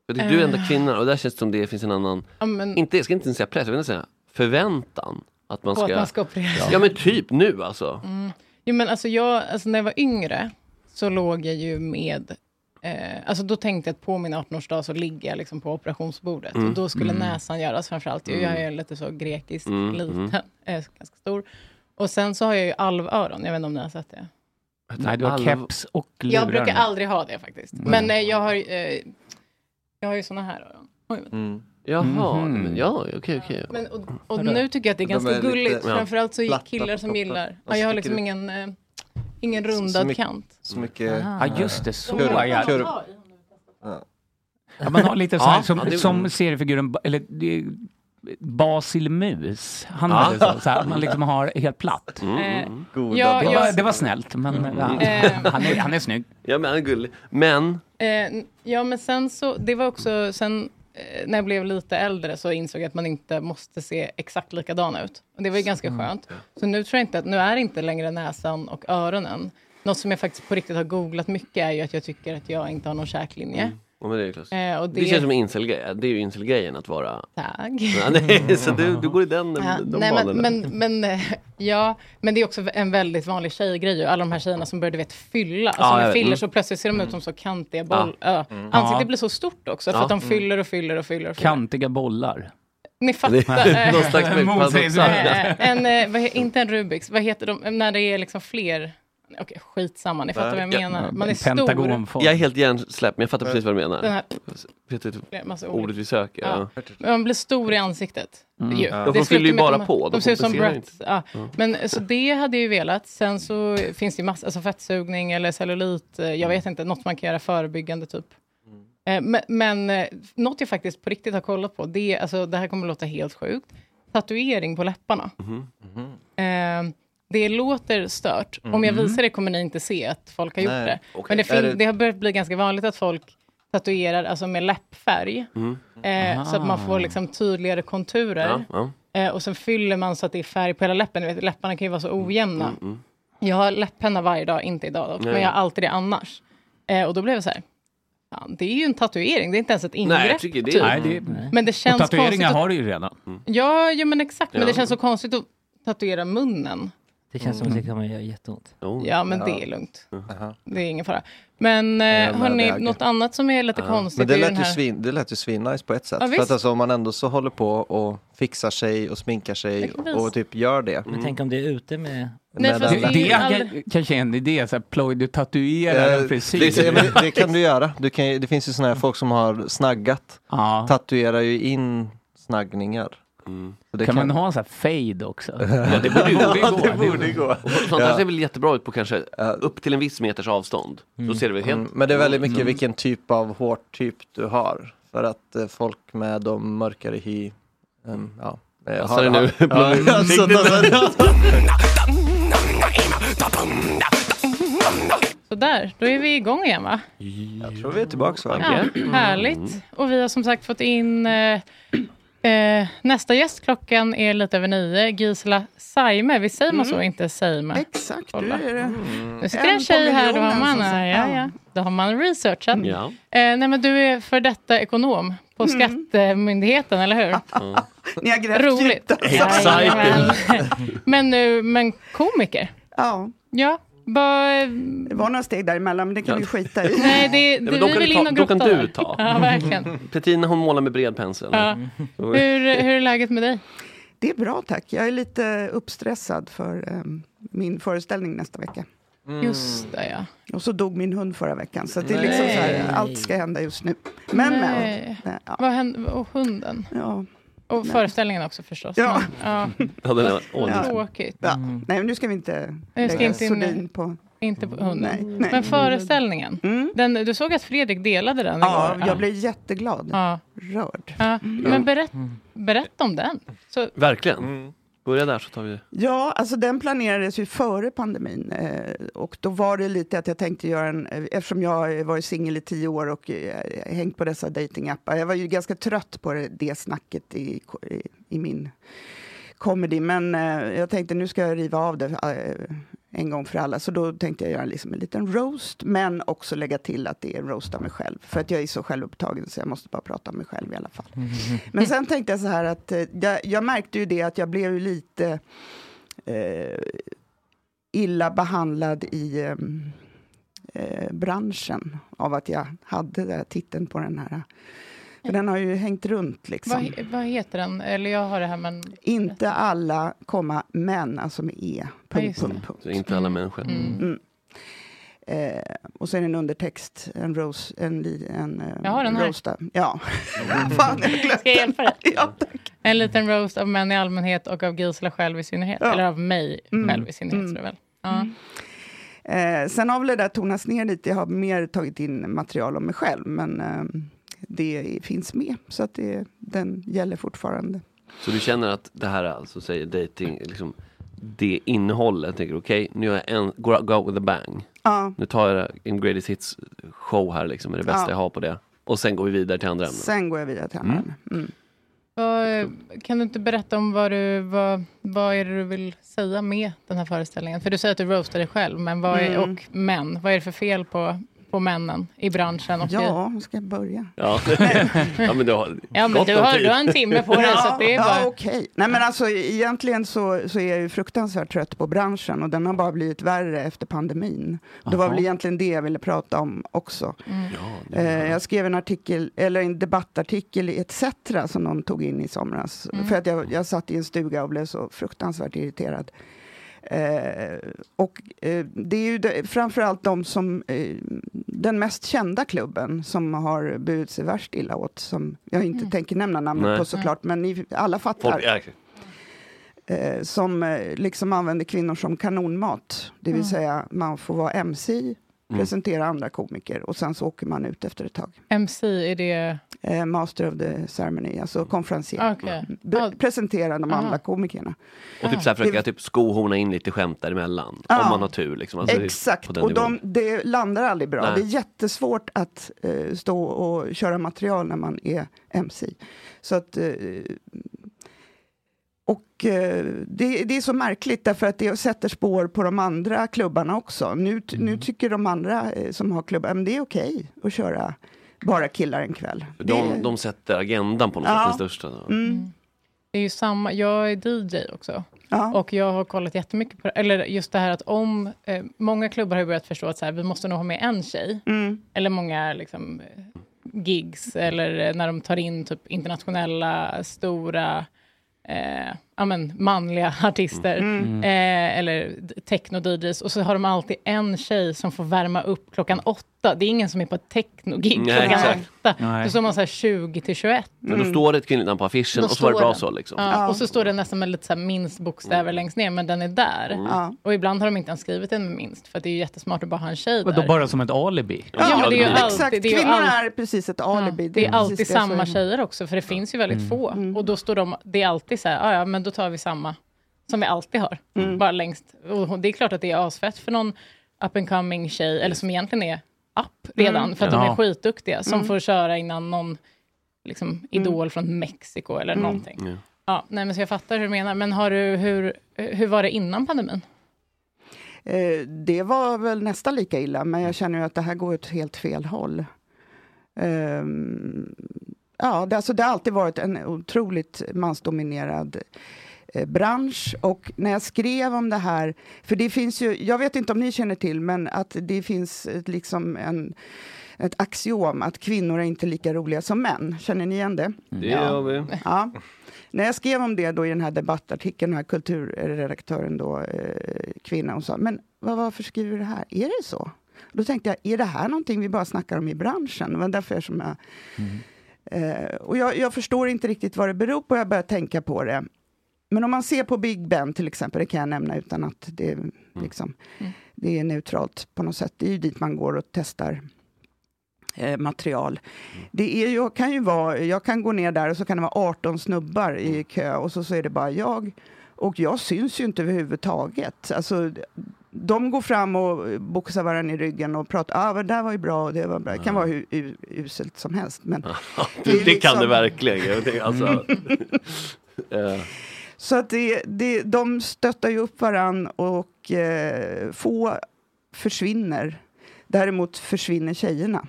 [SPEAKER 5] Jag tycker Du är enda kvinnan och där känns det som det finns en annan,
[SPEAKER 4] men,
[SPEAKER 5] inte, jag ska inte ens säga press, jag vill inte säga förväntan. Att man
[SPEAKER 4] på att
[SPEAKER 5] ska...
[SPEAKER 4] man ska operera.
[SPEAKER 5] Ja men typ nu alltså.
[SPEAKER 4] Jo, men alltså jag, alltså när jag var yngre så låg jag ju med... Eh, alltså då tänkte jag att på min 18-årsdag så ligger jag liksom på operationsbordet. Och då skulle näsan göras framförallt. Jag, jag är lite så grekiskt
[SPEAKER 5] Mm,
[SPEAKER 4] liten,
[SPEAKER 5] mm.
[SPEAKER 4] eh, ganska stor. Och sen så har jag ju alvöron, jag vet inte om ni har sett det?
[SPEAKER 8] Nej, du har
[SPEAKER 5] Alv-
[SPEAKER 8] keps och lurar.
[SPEAKER 4] Jag brukar aldrig ha det faktiskt. Men eh, jag har, eh, jag har ju såna här öron. Oj, vänta.
[SPEAKER 6] Mm.
[SPEAKER 5] Jaha,
[SPEAKER 8] Mhm.
[SPEAKER 5] men, ja okej okej.
[SPEAKER 4] Men, och, och nu tycker jag att det är
[SPEAKER 6] De
[SPEAKER 4] ganska
[SPEAKER 6] är lite,
[SPEAKER 4] gulligt.
[SPEAKER 5] ja,
[SPEAKER 4] Framförallt så är
[SPEAKER 6] platta
[SPEAKER 4] killar
[SPEAKER 6] på
[SPEAKER 4] som
[SPEAKER 6] toppen.
[SPEAKER 4] gillar...
[SPEAKER 6] Och
[SPEAKER 4] Ja, jag har
[SPEAKER 6] sticker
[SPEAKER 4] liksom
[SPEAKER 6] ut.
[SPEAKER 4] ingen, eh, Ingen rundad
[SPEAKER 6] mycket-
[SPEAKER 4] kant.
[SPEAKER 6] Så mycket...
[SPEAKER 8] Ah. Ja, just det, så,
[SPEAKER 6] Kurv-
[SPEAKER 8] ja.
[SPEAKER 6] kurv- Ja.
[SPEAKER 8] Ja, man har lite så här
[SPEAKER 6] Ja,
[SPEAKER 8] som,
[SPEAKER 6] ja, det-
[SPEAKER 8] som seriefiguren, Ba- eller det är Basil Mus. Han
[SPEAKER 6] Ja.
[SPEAKER 8] hade så, så här, man liksom har helt platt.
[SPEAKER 4] mm,
[SPEAKER 5] mm.
[SPEAKER 4] Goda Ja,
[SPEAKER 8] det,
[SPEAKER 4] jag-
[SPEAKER 8] var, det var snällt, men ja,
[SPEAKER 4] Eh.
[SPEAKER 8] han, är, han är snygg.
[SPEAKER 5] Ja, men han är gullig. Men...
[SPEAKER 4] Eh, n- ja, men sen så, det var också, sen eh, när jag blev lite äldre så insåg jag att man inte måste se exakt likadana ut. Och det var ju ganska
[SPEAKER 3] Mm.
[SPEAKER 4] skönt. Så nu tror jag inte att, nu är inte längre näsan och öronen. Något som jag faktiskt på riktigt har googlat mycket är ju att jag tycker att jag inte har någon käklinje.
[SPEAKER 6] Mm.
[SPEAKER 5] Ja, men det, är klart.
[SPEAKER 4] Eh, och
[SPEAKER 5] det...
[SPEAKER 4] det-
[SPEAKER 5] känns som en incel-grej. Det är ju incel-grejen att vara...
[SPEAKER 4] Tack.
[SPEAKER 5] Ja, nej, så du, du går i den,
[SPEAKER 4] Ja,
[SPEAKER 5] de
[SPEAKER 4] nej, men,
[SPEAKER 5] banorna.
[SPEAKER 4] men, men, eh, ja, men det är också en väldigt vanlig tjejgrej ju. Alla de här tjejerna som börjar du vet, fylla,
[SPEAKER 5] Ja,
[SPEAKER 4] alltså
[SPEAKER 5] jag
[SPEAKER 4] med
[SPEAKER 5] vet.
[SPEAKER 4] fillers
[SPEAKER 5] Mm.
[SPEAKER 4] så plötsligt ser de ut som så kantiga boll...
[SPEAKER 8] Ja.
[SPEAKER 4] Ja.
[SPEAKER 8] Mm. Ja.
[SPEAKER 4] Ansiktet blir så stort också för
[SPEAKER 8] Ja.
[SPEAKER 4] att de
[SPEAKER 8] Mm.
[SPEAKER 4] fyller och fyller och fyller. Och fyller.
[SPEAKER 8] Kantiga bollar.
[SPEAKER 4] Ni fattar.
[SPEAKER 8] Det är någon
[SPEAKER 4] Eh,
[SPEAKER 8] slags motsägelse.
[SPEAKER 4] eh, en, eh, vad, he- inte en Rubiks, vad heter de, Eh, när det är liksom fler... Okej, skitsamma, ni fattar vad jag menar. Man är stor.
[SPEAKER 5] Jag är helt hjärnsläpp, men jag fattar precis vad du menar.
[SPEAKER 4] Den här-
[SPEAKER 5] Vet
[SPEAKER 4] Det är massa
[SPEAKER 5] du, typ
[SPEAKER 4] ord.
[SPEAKER 5] ordet vi söker.
[SPEAKER 4] Ja.
[SPEAKER 5] Ja.
[SPEAKER 4] Men Man blir stor i ansiktet.
[SPEAKER 5] Mm.
[SPEAKER 4] Ju.
[SPEAKER 5] Ja,
[SPEAKER 4] Det
[SPEAKER 5] de
[SPEAKER 4] slutar
[SPEAKER 5] fyller ju
[SPEAKER 4] med att
[SPEAKER 5] bara
[SPEAKER 4] de,
[SPEAKER 5] på, de
[SPEAKER 4] De ser ut som
[SPEAKER 5] kompenserar
[SPEAKER 4] brats.
[SPEAKER 5] inte.
[SPEAKER 4] Ja.
[SPEAKER 5] Ja.
[SPEAKER 4] Men så det hade jag ju velat. Sen så finns det ju massa, alltså fettsugning eller cellulit. eh, Jag
[SPEAKER 5] Mm.
[SPEAKER 4] vet inte, något man kan göra förebyggande typ. Eh, Men, men eh, något jag faktiskt på riktigt har kollat på, det, är- alltså, det här kommer låta helt sjukt, tatuering på läpparna. Eh, det låter stört. Om jag
[SPEAKER 3] Mm.
[SPEAKER 4] visar det kommer ni inte se att folk har gjort
[SPEAKER 3] Nej,
[SPEAKER 4] det.
[SPEAKER 3] okej.
[SPEAKER 4] Men det,
[SPEAKER 3] Är
[SPEAKER 4] fin-
[SPEAKER 3] det-
[SPEAKER 4] det har börjat bli ganska vanligt att folk tatuerar alltså med läppfärg.
[SPEAKER 5] Mm.
[SPEAKER 4] Eh, så att man
[SPEAKER 8] Ah.
[SPEAKER 4] får liksom tydligare konturer.
[SPEAKER 5] Ja,
[SPEAKER 4] Eh, och sen fyller man så att det är färg på hela läppen. Ni Vet, läpparna kan ju vara så ojämna.
[SPEAKER 5] Mm, mm.
[SPEAKER 4] Jag har läppenna varje dag, inte idag dock, men
[SPEAKER 5] Nej.
[SPEAKER 4] jag har alltid det annars. Eh, och då blev jag så här, fan, det är ju en tatuering, det är inte ens ett ingrepp. typ.
[SPEAKER 8] Nej,
[SPEAKER 5] Mm.
[SPEAKER 8] det,
[SPEAKER 4] Men det känns
[SPEAKER 8] och tatueringar
[SPEAKER 4] konstigt att-
[SPEAKER 8] har du ju redan.
[SPEAKER 4] Ja, ja, men exakt, men
[SPEAKER 8] Ja.
[SPEAKER 4] det känns så konstigt att tatuera munnen.
[SPEAKER 7] Det känns som att det kommer göra jätteont.
[SPEAKER 4] Mm-hmm. Ja, men det är lugnt.
[SPEAKER 6] Mm.
[SPEAKER 4] Det är ingen fara. Men eh,
[SPEAKER 6] Jag med
[SPEAKER 4] hörni,
[SPEAKER 6] väger.
[SPEAKER 4] något annat som är lite konstigt
[SPEAKER 6] Men det
[SPEAKER 4] är ju
[SPEAKER 6] lät,
[SPEAKER 4] den
[SPEAKER 6] ju
[SPEAKER 4] här-
[SPEAKER 6] svin, det lät ju svinnice på ett sätt.
[SPEAKER 4] Ja,
[SPEAKER 6] för
[SPEAKER 4] visst.
[SPEAKER 6] att alltså, om man ändå så håller på och fixar sig och sminkar sig
[SPEAKER 7] Jag kan visa.
[SPEAKER 6] och typ gör det.
[SPEAKER 7] Men tänk om det är ute
[SPEAKER 4] Mm.
[SPEAKER 7] med...
[SPEAKER 6] Nej, fast
[SPEAKER 8] det
[SPEAKER 6] det är ju
[SPEAKER 8] det
[SPEAKER 6] aldrig-
[SPEAKER 8] kan- kanske är en idé, så här, ploj, du tatuerar
[SPEAKER 6] Eh,
[SPEAKER 8] en frisyr.
[SPEAKER 6] det, ja, men det, det kan du göra. Du kan, ju- det finns ju såna här folk som har snaggat. Tatuerar ju in snaggningar. Så det
[SPEAKER 8] kan, man ha så här fade också?
[SPEAKER 5] Ja, det borde ju gå.
[SPEAKER 8] Ja, det borde
[SPEAKER 6] gå.
[SPEAKER 5] Och så- Sånt
[SPEAKER 6] Ja.
[SPEAKER 5] här ser väl jättebra ut på kanske upp till en viss meters avstånd. Då ser det väl helt...
[SPEAKER 6] Mm, men det är väldigt mycket
[SPEAKER 5] Mm.
[SPEAKER 6] vilken typ av hårtyp du har. För att eh, folk med de mörkare hy... Um, ja. eh,
[SPEAKER 5] Passar
[SPEAKER 6] har-
[SPEAKER 5] det nu?
[SPEAKER 6] Ja, alltså,
[SPEAKER 4] Sådär, då är vi igång igen va?
[SPEAKER 6] Jag tror vi är tillbaka va?
[SPEAKER 4] Ja,
[SPEAKER 9] Mm.
[SPEAKER 1] Mm.
[SPEAKER 4] härligt. Och vi har som sagt fått in eh, eh, nästa gäst. Klockan är lite över nio. Gisela Saime. Vi säger man så, inte Seime? Exakt,
[SPEAKER 9] Mm. det är det.
[SPEAKER 4] Nu sitter
[SPEAKER 9] En
[SPEAKER 4] det en tjej
[SPEAKER 9] på
[SPEAKER 4] här. Då har
[SPEAKER 9] miljonen,
[SPEAKER 4] man,
[SPEAKER 9] så att säga.
[SPEAKER 4] ja, ja. Då har man researchat.
[SPEAKER 5] Ja.
[SPEAKER 4] Eh, nej, men du är för detta ekonom på
[SPEAKER 9] Mm.
[SPEAKER 4] Skattemyndigheten, eller hur?
[SPEAKER 9] Ni har grävt
[SPEAKER 4] Roligt. Jajamän. men, nu, men komiker?
[SPEAKER 9] Ja.
[SPEAKER 4] Ja. Bara,
[SPEAKER 9] Det var några steg däremellan, men det kan vi skita i.
[SPEAKER 4] Nej, det,
[SPEAKER 5] men
[SPEAKER 4] det,
[SPEAKER 5] de
[SPEAKER 4] vi
[SPEAKER 5] kan
[SPEAKER 4] vill
[SPEAKER 5] du ta-
[SPEAKER 4] in och
[SPEAKER 5] de
[SPEAKER 4] grotta.
[SPEAKER 5] kan du ta.
[SPEAKER 4] Ja, verkligen.
[SPEAKER 5] Petrina hon målar med bred pensel.
[SPEAKER 4] Ja. Hur, hur är läget med dig?
[SPEAKER 9] Det är bra tack. Jag är lite uppstressad för ehm, min föreställning nästa vecka.
[SPEAKER 5] Mm.
[SPEAKER 4] Just det, ja.
[SPEAKER 9] Och så dog min hund förra veckan, så det är
[SPEAKER 4] Nej.
[SPEAKER 9] liksom så här, allt ska hända just nu. Men,
[SPEAKER 4] Nej.
[SPEAKER 9] men. Ja.
[SPEAKER 4] eh, Vad hände? Och hunden?
[SPEAKER 9] Ja.
[SPEAKER 4] Och
[SPEAKER 9] Nej.
[SPEAKER 4] föreställningen också förstås.
[SPEAKER 9] Ja.
[SPEAKER 4] Men, ja.
[SPEAKER 5] Ja, den är- åh,
[SPEAKER 9] Ja.
[SPEAKER 4] Tråkigt.
[SPEAKER 9] Ja. Nej, men nu ska vi inte
[SPEAKER 4] Jag ska
[SPEAKER 9] lägga
[SPEAKER 4] inte in-
[SPEAKER 9] sordin på...
[SPEAKER 4] Inte på hunden.
[SPEAKER 9] Nej, nej. Mm.
[SPEAKER 4] Men föreställningen. Den, du såg att Fredrik delade den
[SPEAKER 9] Ja,
[SPEAKER 4] igår.
[SPEAKER 9] jag blev jätteglad.
[SPEAKER 4] Ja.
[SPEAKER 9] Rörd. Mm.
[SPEAKER 4] Ja. Men berätt, berätta om den. Så,
[SPEAKER 5] Verkligen. Börja där så tar vi det.
[SPEAKER 9] Ja, alltså den planerades ju före pandemin eh, och då var det lite att jag tänkte göra en, eh, eftersom jag har varit singel i tio år och eh, hängt på dessa datingappar. Jag var ju ganska trött på det, det snacket i, ko- i, i min comedy, men eh, jag tänkte nu ska jag riva av det eh, en gång för alla, så då tänkte jag göra liksom en liten roast, men också lägga till att det är en roast av mig själv, för att jag är så självupptagen så jag måste bara prata om mig själv i alla fall. Men sen tänkte jag så här att eh, jag, jag märkte ju det att jag blev ju lite eh, illa behandlad i eh, eh, branschen av att jag hade den här titeln på den här. För den har ju hängt runt liksom.
[SPEAKER 4] vad, vad heter den? Eller jag har det här men...
[SPEAKER 9] Inte alla, komma, män, alltså med E.
[SPEAKER 4] Ja, just
[SPEAKER 9] Punkt,
[SPEAKER 4] det.
[SPEAKER 9] punkt, punkt.
[SPEAKER 5] Så inte alla människor.
[SPEAKER 9] Mm. Eh, och så är det en undertext, en rose, en, li- en, eh,
[SPEAKER 4] Jag har den här.
[SPEAKER 9] rosta. Ja.
[SPEAKER 4] Mm.
[SPEAKER 9] Fan, jag glömde.
[SPEAKER 4] Ska jag hjälpa dig? En liten roast av män i allmänhet och av Gisela själv i synnerhet.
[SPEAKER 9] Ja.
[SPEAKER 4] Eller av mig
[SPEAKER 9] Mm.
[SPEAKER 4] själv i synnerhet.
[SPEAKER 9] Mm.
[SPEAKER 4] tror jag väl. Ja.
[SPEAKER 9] Eh, sen har väl det där tonats ner lite. Jag har mer tagit in material om mig själv, men eh, det finns med. Så att det, den gäller fortfarande.
[SPEAKER 5] Så du känner att det här alltså säger dating, liksom, det innehållet, jag tänker okej, nu är jag en, go, go with a bang.
[SPEAKER 9] Ja.
[SPEAKER 5] Nu tar jag en greatest hits show här liksom, är det bästa
[SPEAKER 9] Ja.
[SPEAKER 5] jag har på det. Och sen går vi vidare till andra ämnen.
[SPEAKER 9] Sen går jag vidare till andra
[SPEAKER 5] Mm.
[SPEAKER 9] ämnen. Mm.
[SPEAKER 4] Vad, kan du inte berätta om vad, du, vad, vad är det du vill säga med den här föreställningen? För du säger att du roastar dig själv men vad är,
[SPEAKER 9] Mm.
[SPEAKER 4] och män. Vad är det för fel på, på männen i branschen? Och
[SPEAKER 9] Ja, hur ska jag börja?
[SPEAKER 5] Ja. ja men du har
[SPEAKER 4] Ja, men
[SPEAKER 5] gott
[SPEAKER 4] du
[SPEAKER 5] om
[SPEAKER 4] har-
[SPEAKER 5] tid.
[SPEAKER 4] du har en timme på dig, så att det är
[SPEAKER 9] ja,
[SPEAKER 4] bara-
[SPEAKER 9] okej. Nej, men alltså, egentligen så, så är jag ju fruktansvärt trött på branschen och den har bara blivit värre efter pandemin. Det var
[SPEAKER 10] Aha.
[SPEAKER 9] väl egentligen det jag ville prata om också.
[SPEAKER 10] Mm.
[SPEAKER 9] Eh, jag skrev en artikel, eller en debattartikel i ETC som de tog in i somras.
[SPEAKER 10] Mm.
[SPEAKER 9] För att jag, jag satt i en stuga och blev så fruktansvärt irriterad. Eh, och eh, det är ju de, framförallt de som, eh, den mest kända klubben som har burit sig värst illa åt, som jag inte tänker nämna namnet
[SPEAKER 5] Nej.
[SPEAKER 9] på såklart, men ni alla fattar
[SPEAKER 5] Folk, ja, exakt.
[SPEAKER 9] eh, som eh, liksom använder kvinnor som kanonmat. Det vill
[SPEAKER 4] Mm.
[SPEAKER 9] säga, man får vara MC,
[SPEAKER 5] Mm.
[SPEAKER 9] presentera andra komiker och sen så åker man ut efter ett tag.
[SPEAKER 4] MC, är det...
[SPEAKER 9] Eh, Master of the ceremony, alltså konferencier.
[SPEAKER 4] Okej.
[SPEAKER 9] Be- presentera de andra komikerna.
[SPEAKER 5] Och typ så här försöka typ skohorna in lite skämt däremellan.
[SPEAKER 9] Ja.
[SPEAKER 5] Om man har tur liksom. Alltså, det är på
[SPEAKER 9] Exakt,
[SPEAKER 5] den
[SPEAKER 9] och
[SPEAKER 5] nivån.
[SPEAKER 9] de, det landar aldrig bra.
[SPEAKER 5] Nej.
[SPEAKER 9] Det är jättesvårt att eh, stå och köra material när man är MC. Så att, eh, och eh, det, det är så märkligt därför att det sätter spår på de andra klubbarna också. Nu, t-
[SPEAKER 5] Mm.
[SPEAKER 9] nu tycker de andra eh, som har klubbar, men det är okej att köra bara killar en kväll.
[SPEAKER 5] För
[SPEAKER 9] det,
[SPEAKER 5] de, de sätter agendan på något
[SPEAKER 9] Ja.
[SPEAKER 5] sätt, den största.
[SPEAKER 9] Mm.
[SPEAKER 4] Det är ju samma, jag är DJ också.
[SPEAKER 9] Ja.
[SPEAKER 4] Och jag har kollat jättemycket på eller just det här att om, eh, många klubbar har ju börjat förstå att så här, vi måste nog ha med en tjej.
[SPEAKER 9] Mm.
[SPEAKER 4] Eller många liksom, eh, gigs, eller eh, när de tar in typ internationella stora eh, ja, men, manliga artister,
[SPEAKER 10] Mm.
[SPEAKER 4] eh, eller d- techno-DJs, och så har de alltid en tjej som får värma upp klockan åtta. Det är ingen som är på ett techno-gig
[SPEAKER 5] Nej,
[SPEAKER 4] klockan
[SPEAKER 5] exakt.
[SPEAKER 4] åtta.
[SPEAKER 5] Nej.
[SPEAKER 4] Då står man så här 20 till 21.
[SPEAKER 5] Men då står det ett kvinnligt namn på affischen
[SPEAKER 4] Mm. Då
[SPEAKER 5] och så var det
[SPEAKER 4] står
[SPEAKER 5] bra
[SPEAKER 4] den.
[SPEAKER 5] så liksom.
[SPEAKER 4] Ja, och så står det nästan med lite så här minst bokstäver längst ner, men den är där.
[SPEAKER 5] Mm.
[SPEAKER 4] Ja. Och ibland har de inte ens skrivit den med minst, för att det är ju jättesmart att bara ha en tjej
[SPEAKER 8] Vadå,
[SPEAKER 4] där.
[SPEAKER 8] bara som ett alibi?
[SPEAKER 4] Ja, Ja, det är ju alibi. alltid-
[SPEAKER 9] exakt,
[SPEAKER 4] det är ju
[SPEAKER 9] kvinnor
[SPEAKER 4] all- Mm.
[SPEAKER 9] är precis ett alibi. Mm.
[SPEAKER 4] Det är
[SPEAKER 5] Mm.
[SPEAKER 9] precis
[SPEAKER 4] alltid
[SPEAKER 9] det som-
[SPEAKER 4] samma tjejer också, för det finns ju väldigt få.
[SPEAKER 10] Mm.
[SPEAKER 4] Och då står de, det är alltid så här, "Ah, ja men då tar vi samma som vi alltid har.
[SPEAKER 10] Mm.
[SPEAKER 4] Bara längst. Och hon- det är klart att det är asfett för någon up and coming tjej, eller som egentligen är up redan,
[SPEAKER 10] Mm.
[SPEAKER 4] för att de
[SPEAKER 10] Ja.
[SPEAKER 4] är skitduktiga, som
[SPEAKER 10] Mm.
[SPEAKER 4] får köra innan någon liksom, idol från Mexiko eller
[SPEAKER 10] Mm.
[SPEAKER 4] någonting. Ja, nej, men så jag fattar hur du menar. Men har du, hur, hur var det innan pandemin?
[SPEAKER 9] Eh, det var väl nästan lika illa, men jag känner ju att det här går åt helt fel håll. Ehm, ja, det, alltså, det har alltid varit en otroligt mansdominerad eh, bransch och när jag skrev om det här, för det finns ju, jag vet inte om ni känner till, men att det finns ett, liksom en, ett axiom att kvinnor är inte lika roliga som män. Känner ni igen det?
[SPEAKER 5] Det gör vi.
[SPEAKER 9] Ja. När jag skrev om det då i den här debattartikeln, den här kulturredaktören då, eh, kvinna, hon sa, men vad, varför skriver du det här? Är det så? Då tänkte jag, är det här någonting vi bara snackar om i branschen? Det var därför jag, som jag Eh, och jag, jag förstår inte riktigt vad det beror på, jag börjar tänka på det. Men om man ser på Big Ben till exempel, det kan jag nämna utan att det, är liksom, det är neutralt på något sätt. Det är ju dit man går och testar eh, material. Det är ju, kan ju vara, jag kan gå ner där och så kan det vara 18 snubbar i kö och så, så är det bara jag. Och jag syns ju inte överhuvudtaget. Alltså, de går fram och boxar varandra i ryggen och pratar, ah, men det där var ju bra och det var bra. Det kan vara hur u- uselt som helst. Men
[SPEAKER 5] Det,
[SPEAKER 9] är
[SPEAKER 5] kan
[SPEAKER 9] liksom-
[SPEAKER 5] det verkligen. Jag tänker, alltså, eh,
[SPEAKER 9] Så att det, det, de stöttar ju upp varann och eh, få försvinner. Däremot försvinner tjejerna.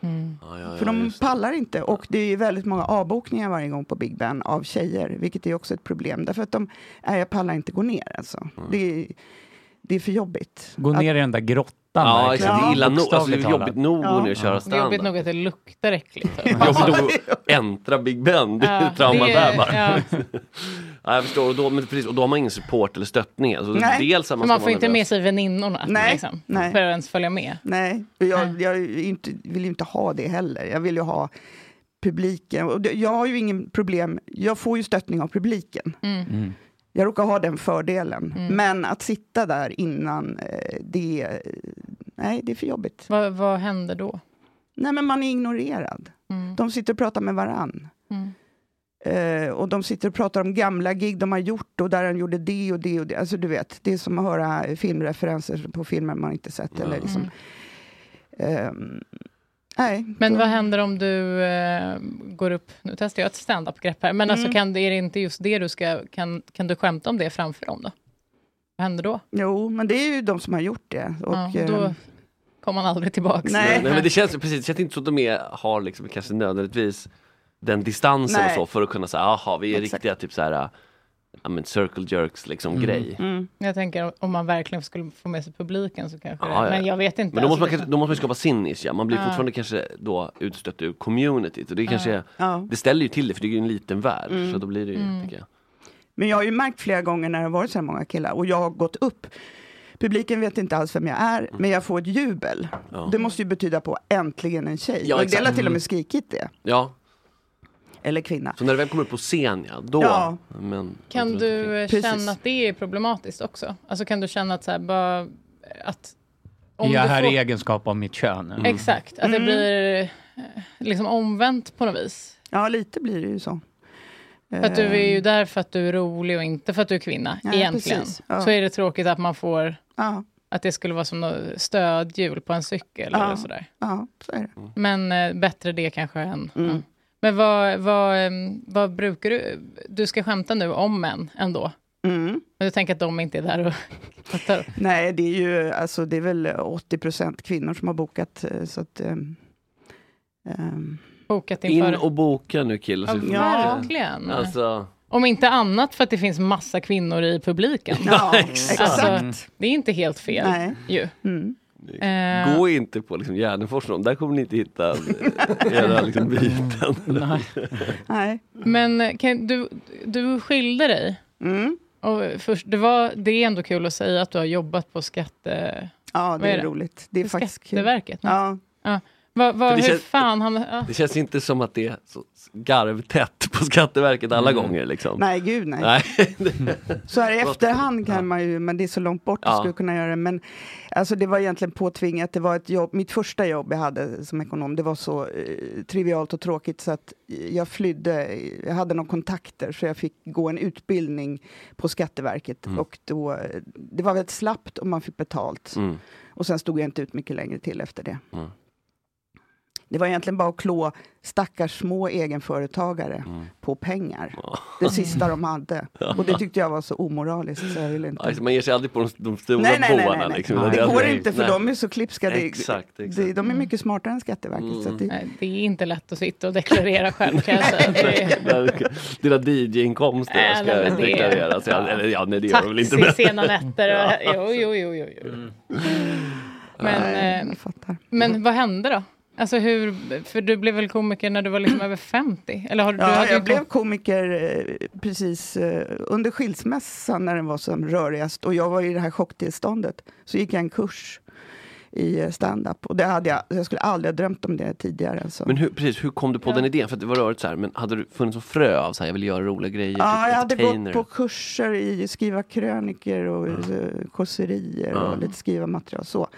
[SPEAKER 5] ja, ja, ja,
[SPEAKER 9] För de
[SPEAKER 5] just det.
[SPEAKER 9] pallar inte. Och det är ju väldigt många avbokningar varje gång på Big Ben av tjejer, vilket är också ett problem. Därför att de, nej jag pallar inte gå ner alltså. Det, är- det är för jobbigt.
[SPEAKER 8] Gå ner i den där grottan.
[SPEAKER 5] Ja,
[SPEAKER 8] verkligen.
[SPEAKER 5] exakt. Det är illa nog. Alltså, det är
[SPEAKER 8] Bokstavligt talat.
[SPEAKER 5] jobbigt nog att gå ner och köra
[SPEAKER 4] Det är jobbigt
[SPEAKER 5] standard.
[SPEAKER 4] nog att det luktar äckligt.
[SPEAKER 5] Jobbigt nog att äntra Big Ben. Det är
[SPEAKER 4] Ja,
[SPEAKER 5] ju traumat
[SPEAKER 4] det-
[SPEAKER 5] där bara.
[SPEAKER 4] ja.
[SPEAKER 5] Ja, jag förstår. Och då, men precis, och då har man ingen support eller stöttning. Alltså, dels
[SPEAKER 4] för
[SPEAKER 5] att
[SPEAKER 4] man,
[SPEAKER 5] ska
[SPEAKER 4] får
[SPEAKER 5] vara
[SPEAKER 4] inte med
[SPEAKER 5] nervös.
[SPEAKER 4] sig väninnorna
[SPEAKER 9] Nej,
[SPEAKER 4] Liksom,
[SPEAKER 9] nej.
[SPEAKER 4] för att ens följa med.
[SPEAKER 9] Nej, och jag, jag är ju inte, vill ju inte ha det heller. Jag vill ju ha
[SPEAKER 8] Mm.
[SPEAKER 9] publiken. Och det, jag har ju ingen problem, jag får ju stöttning av publiken. Jag råkar ha den fördelen.
[SPEAKER 4] Mm.
[SPEAKER 9] Men att sitta där innan, eh, det, nej, det är för jobbigt.
[SPEAKER 4] Vad, vad händer då?
[SPEAKER 9] Nej, men man är ignorerad. De sitter och pratar med varann.
[SPEAKER 4] Mm.
[SPEAKER 9] Eh, och de sitter och pratar om gamla gig de har gjort och där han gjorde det och det och det. Alltså du vet, det är som att höra filmreferenser på filmer man inte sett. Eller liksom.
[SPEAKER 4] Mm.
[SPEAKER 9] Ehm, nej.
[SPEAKER 4] Men
[SPEAKER 9] då-
[SPEAKER 4] vad händer om du eh, går upp, nu testar jag ett stand-up-grepp här, men alltså
[SPEAKER 9] Mm.
[SPEAKER 4] kan, det- är det inte just det du ska, kan, kan du skämta om det framför dem då? Vad händer då?
[SPEAKER 9] Jo, men det är ju de som har gjort det. Och,
[SPEAKER 4] ja, då
[SPEAKER 9] ehm,
[SPEAKER 4] kommer man aldrig tillbaka.
[SPEAKER 5] Nej. men det känns, precis, det känns inte så att de är, har liksom, kanske nödvändigtvis den distansen och
[SPEAKER 4] Nej.
[SPEAKER 5] så för att kunna säga, aha vi är
[SPEAKER 4] Exakt.
[SPEAKER 5] riktiga typ så här, äh, ja men circle jerks liksom
[SPEAKER 4] Mm.
[SPEAKER 5] grej.
[SPEAKER 4] Jag tänker om man verkligen skulle få med sig publiken så kanske
[SPEAKER 5] Ja,
[SPEAKER 4] det,
[SPEAKER 5] ja.
[SPEAKER 4] Eh, men jag vet inte.
[SPEAKER 5] Men då måste, man,
[SPEAKER 4] alltså,
[SPEAKER 5] kanske- då måste man skapa sin nisch, ja. man blir
[SPEAKER 4] Ja.
[SPEAKER 5] fortfarande kanske då utstött ur communityt. Och det,
[SPEAKER 9] Ja.
[SPEAKER 5] kanske, är-
[SPEAKER 9] Ja.
[SPEAKER 5] det ställer ju till det för det är ju en liten värld.
[SPEAKER 9] Mm.
[SPEAKER 5] Så då blir det ju,
[SPEAKER 9] Mm.
[SPEAKER 5] tycker jag.
[SPEAKER 9] Men jag har ju märkt flera gånger när det har varit så här många killar och jag har gått upp. Publiken vet inte alls vem jag är, men jag får ett jubel.
[SPEAKER 5] Mm. Ja.
[SPEAKER 9] Det måste ju betyda på äntligen en tjej.
[SPEAKER 5] Ja,
[SPEAKER 9] och en del har
[SPEAKER 5] exakt.
[SPEAKER 9] till och
[SPEAKER 5] Mm.
[SPEAKER 9] med skrikit det.
[SPEAKER 5] Ja.
[SPEAKER 9] Eller kvinna.
[SPEAKER 5] Så när du väl kommer upp på scen, ja, då.
[SPEAKER 9] Ja.
[SPEAKER 5] Men,
[SPEAKER 4] Kan du eh,
[SPEAKER 5] Precis.
[SPEAKER 4] känna att det är problematiskt också? Alltså kan du känna att så här, bara, att
[SPEAKER 8] Om jag
[SPEAKER 4] du
[SPEAKER 8] är här
[SPEAKER 4] får-
[SPEAKER 8] i egenskap av mitt kön.
[SPEAKER 5] Mm.
[SPEAKER 4] Exakt, att det
[SPEAKER 9] Mm.
[SPEAKER 4] blir eh, liksom omvänt på något vis.
[SPEAKER 9] Ja, lite blir det ju så. Eh.
[SPEAKER 4] För att du är ju där för att du är rolig och inte för att du är kvinna,
[SPEAKER 9] Nej,
[SPEAKER 4] egentligen.
[SPEAKER 9] precis. Ja.
[SPEAKER 4] Så är det tråkigt att man får,
[SPEAKER 9] Ja.
[SPEAKER 4] att det skulle vara som något stödhjul på en cykel eller
[SPEAKER 9] Ja.
[SPEAKER 4] sådär.
[SPEAKER 9] Ja, så är det.
[SPEAKER 5] Mm.
[SPEAKER 4] Men eh, bättre det kanske än...
[SPEAKER 9] Mm.
[SPEAKER 4] Ja. Men vad, vad, ehm, vad brukar du... Du ska skämta nu om män ändå.
[SPEAKER 9] Mm.
[SPEAKER 4] Men du tänker att de inte är där och tittar.
[SPEAKER 9] Nej, det är ju alltså, det är väl 80 procent kvinnor som har bokat. eh, Så att, ehm, ehm,
[SPEAKER 4] Bokat inför...
[SPEAKER 5] In och boka nu killar. så vi får
[SPEAKER 4] Ja,
[SPEAKER 5] se.
[SPEAKER 4] verkligen.
[SPEAKER 5] Alltså,
[SPEAKER 4] Om inte annat för att det finns massa kvinnor i publiken. Alltså,
[SPEAKER 5] Ja, exakt.
[SPEAKER 4] det är inte helt fel
[SPEAKER 9] Nej.
[SPEAKER 4] ju.
[SPEAKER 9] Mm.
[SPEAKER 4] Eh,
[SPEAKER 5] Gå inte på liksom Gärdenfors, någon. där kommer ni inte hitta eh, era liksom, byten.
[SPEAKER 9] Nej.
[SPEAKER 4] Men kan, du, du skilde dig.
[SPEAKER 9] Mm.
[SPEAKER 4] Och först, det, var, det är ändå kul att säga att du har jobbat på skatte...
[SPEAKER 9] ja,
[SPEAKER 4] vad
[SPEAKER 9] det är roligt. Det är faktiskt kul.
[SPEAKER 4] Skatteverket? nej?
[SPEAKER 9] Ja.
[SPEAKER 4] ja. Va, va,
[SPEAKER 5] För
[SPEAKER 4] hur
[SPEAKER 5] det känns-
[SPEAKER 4] fan han... Ja.
[SPEAKER 5] Det känns inte som att det är så garvtätt på Skatteverket alla
[SPEAKER 4] Mm.
[SPEAKER 5] gånger. Liksom.
[SPEAKER 9] Nej, gud nej. Så här i efterhand kan man ju, men det är så långt bort
[SPEAKER 5] Ja.
[SPEAKER 9] du skulle kunna göra det. Men alltså det var egentligen påtvingat, det var ett jobb, mitt första jobb jag hade som ekonom, det var så eh, trivialt och tråkigt så att jag flydde, jag hade några kontakter så jag fick gå en utbildning på Skatteverket
[SPEAKER 10] Mm.
[SPEAKER 9] och då, eh, det var väldigt slappt och man fick betalt.
[SPEAKER 10] Mm.
[SPEAKER 9] Och sen stod jag inte ut mycket längre till efter det. Det var egentligen bara att klå stackars små egenföretagare på pengar. Det sista de hade. Och det tyckte jag var så omoraliskt så jag ville inte.
[SPEAKER 5] Alltså, man ger sig aldrig på de, de stora
[SPEAKER 9] Nej, nej, nej, nej,
[SPEAKER 5] bovarna.
[SPEAKER 9] nej.
[SPEAKER 5] Liksom.
[SPEAKER 9] Det
[SPEAKER 5] är-
[SPEAKER 9] går inte för
[SPEAKER 5] nej.
[SPEAKER 9] de är så klipska. Det,
[SPEAKER 5] Exakt, exakt.
[SPEAKER 9] Det, de är mycket smartare än Skatteverket. Så att det,
[SPEAKER 4] Nej, det är inte lätt att sitta och deklarera själv kan jag säga. Det är-
[SPEAKER 5] Dina DJ-inkomster
[SPEAKER 4] Äh,
[SPEAKER 5] ska
[SPEAKER 4] nej, men det-
[SPEAKER 5] deklareras. Ja, Alltså, eller ja, nej det gör de väl inte.
[SPEAKER 4] Taxi sena nätter.
[SPEAKER 5] Ja. Mm.
[SPEAKER 4] Och, jo, jo, jo. jo, jo. Men, eh,
[SPEAKER 9] fattar.
[SPEAKER 4] men vad hände då? Alltså hur, för du blev väl komiker när du var liksom över 50? Eller har, du- du
[SPEAKER 9] ja,
[SPEAKER 4] hade ju
[SPEAKER 9] jag blev
[SPEAKER 4] kom-
[SPEAKER 9] komiker eh, precis eh, under skilsmässan när den var som rörigast och jag var i det här chocktillståndet. Så gick jag en kurs i eh, stand-up och det hade jag, jag skulle aldrig ha drömt om det tidigare. Alltså.
[SPEAKER 5] Men hur, precis, hur kom du på den idén? För att det var rörigt så här, men hade du funnits en frö av så här, jag vill göra roliga grejer?
[SPEAKER 9] Ja,
[SPEAKER 5] typ
[SPEAKER 9] jag hade
[SPEAKER 5] entertainer?
[SPEAKER 9] gått på kurser i skriva kröniker och mm. kåserier
[SPEAKER 5] Ja.
[SPEAKER 9] och lite skriva material så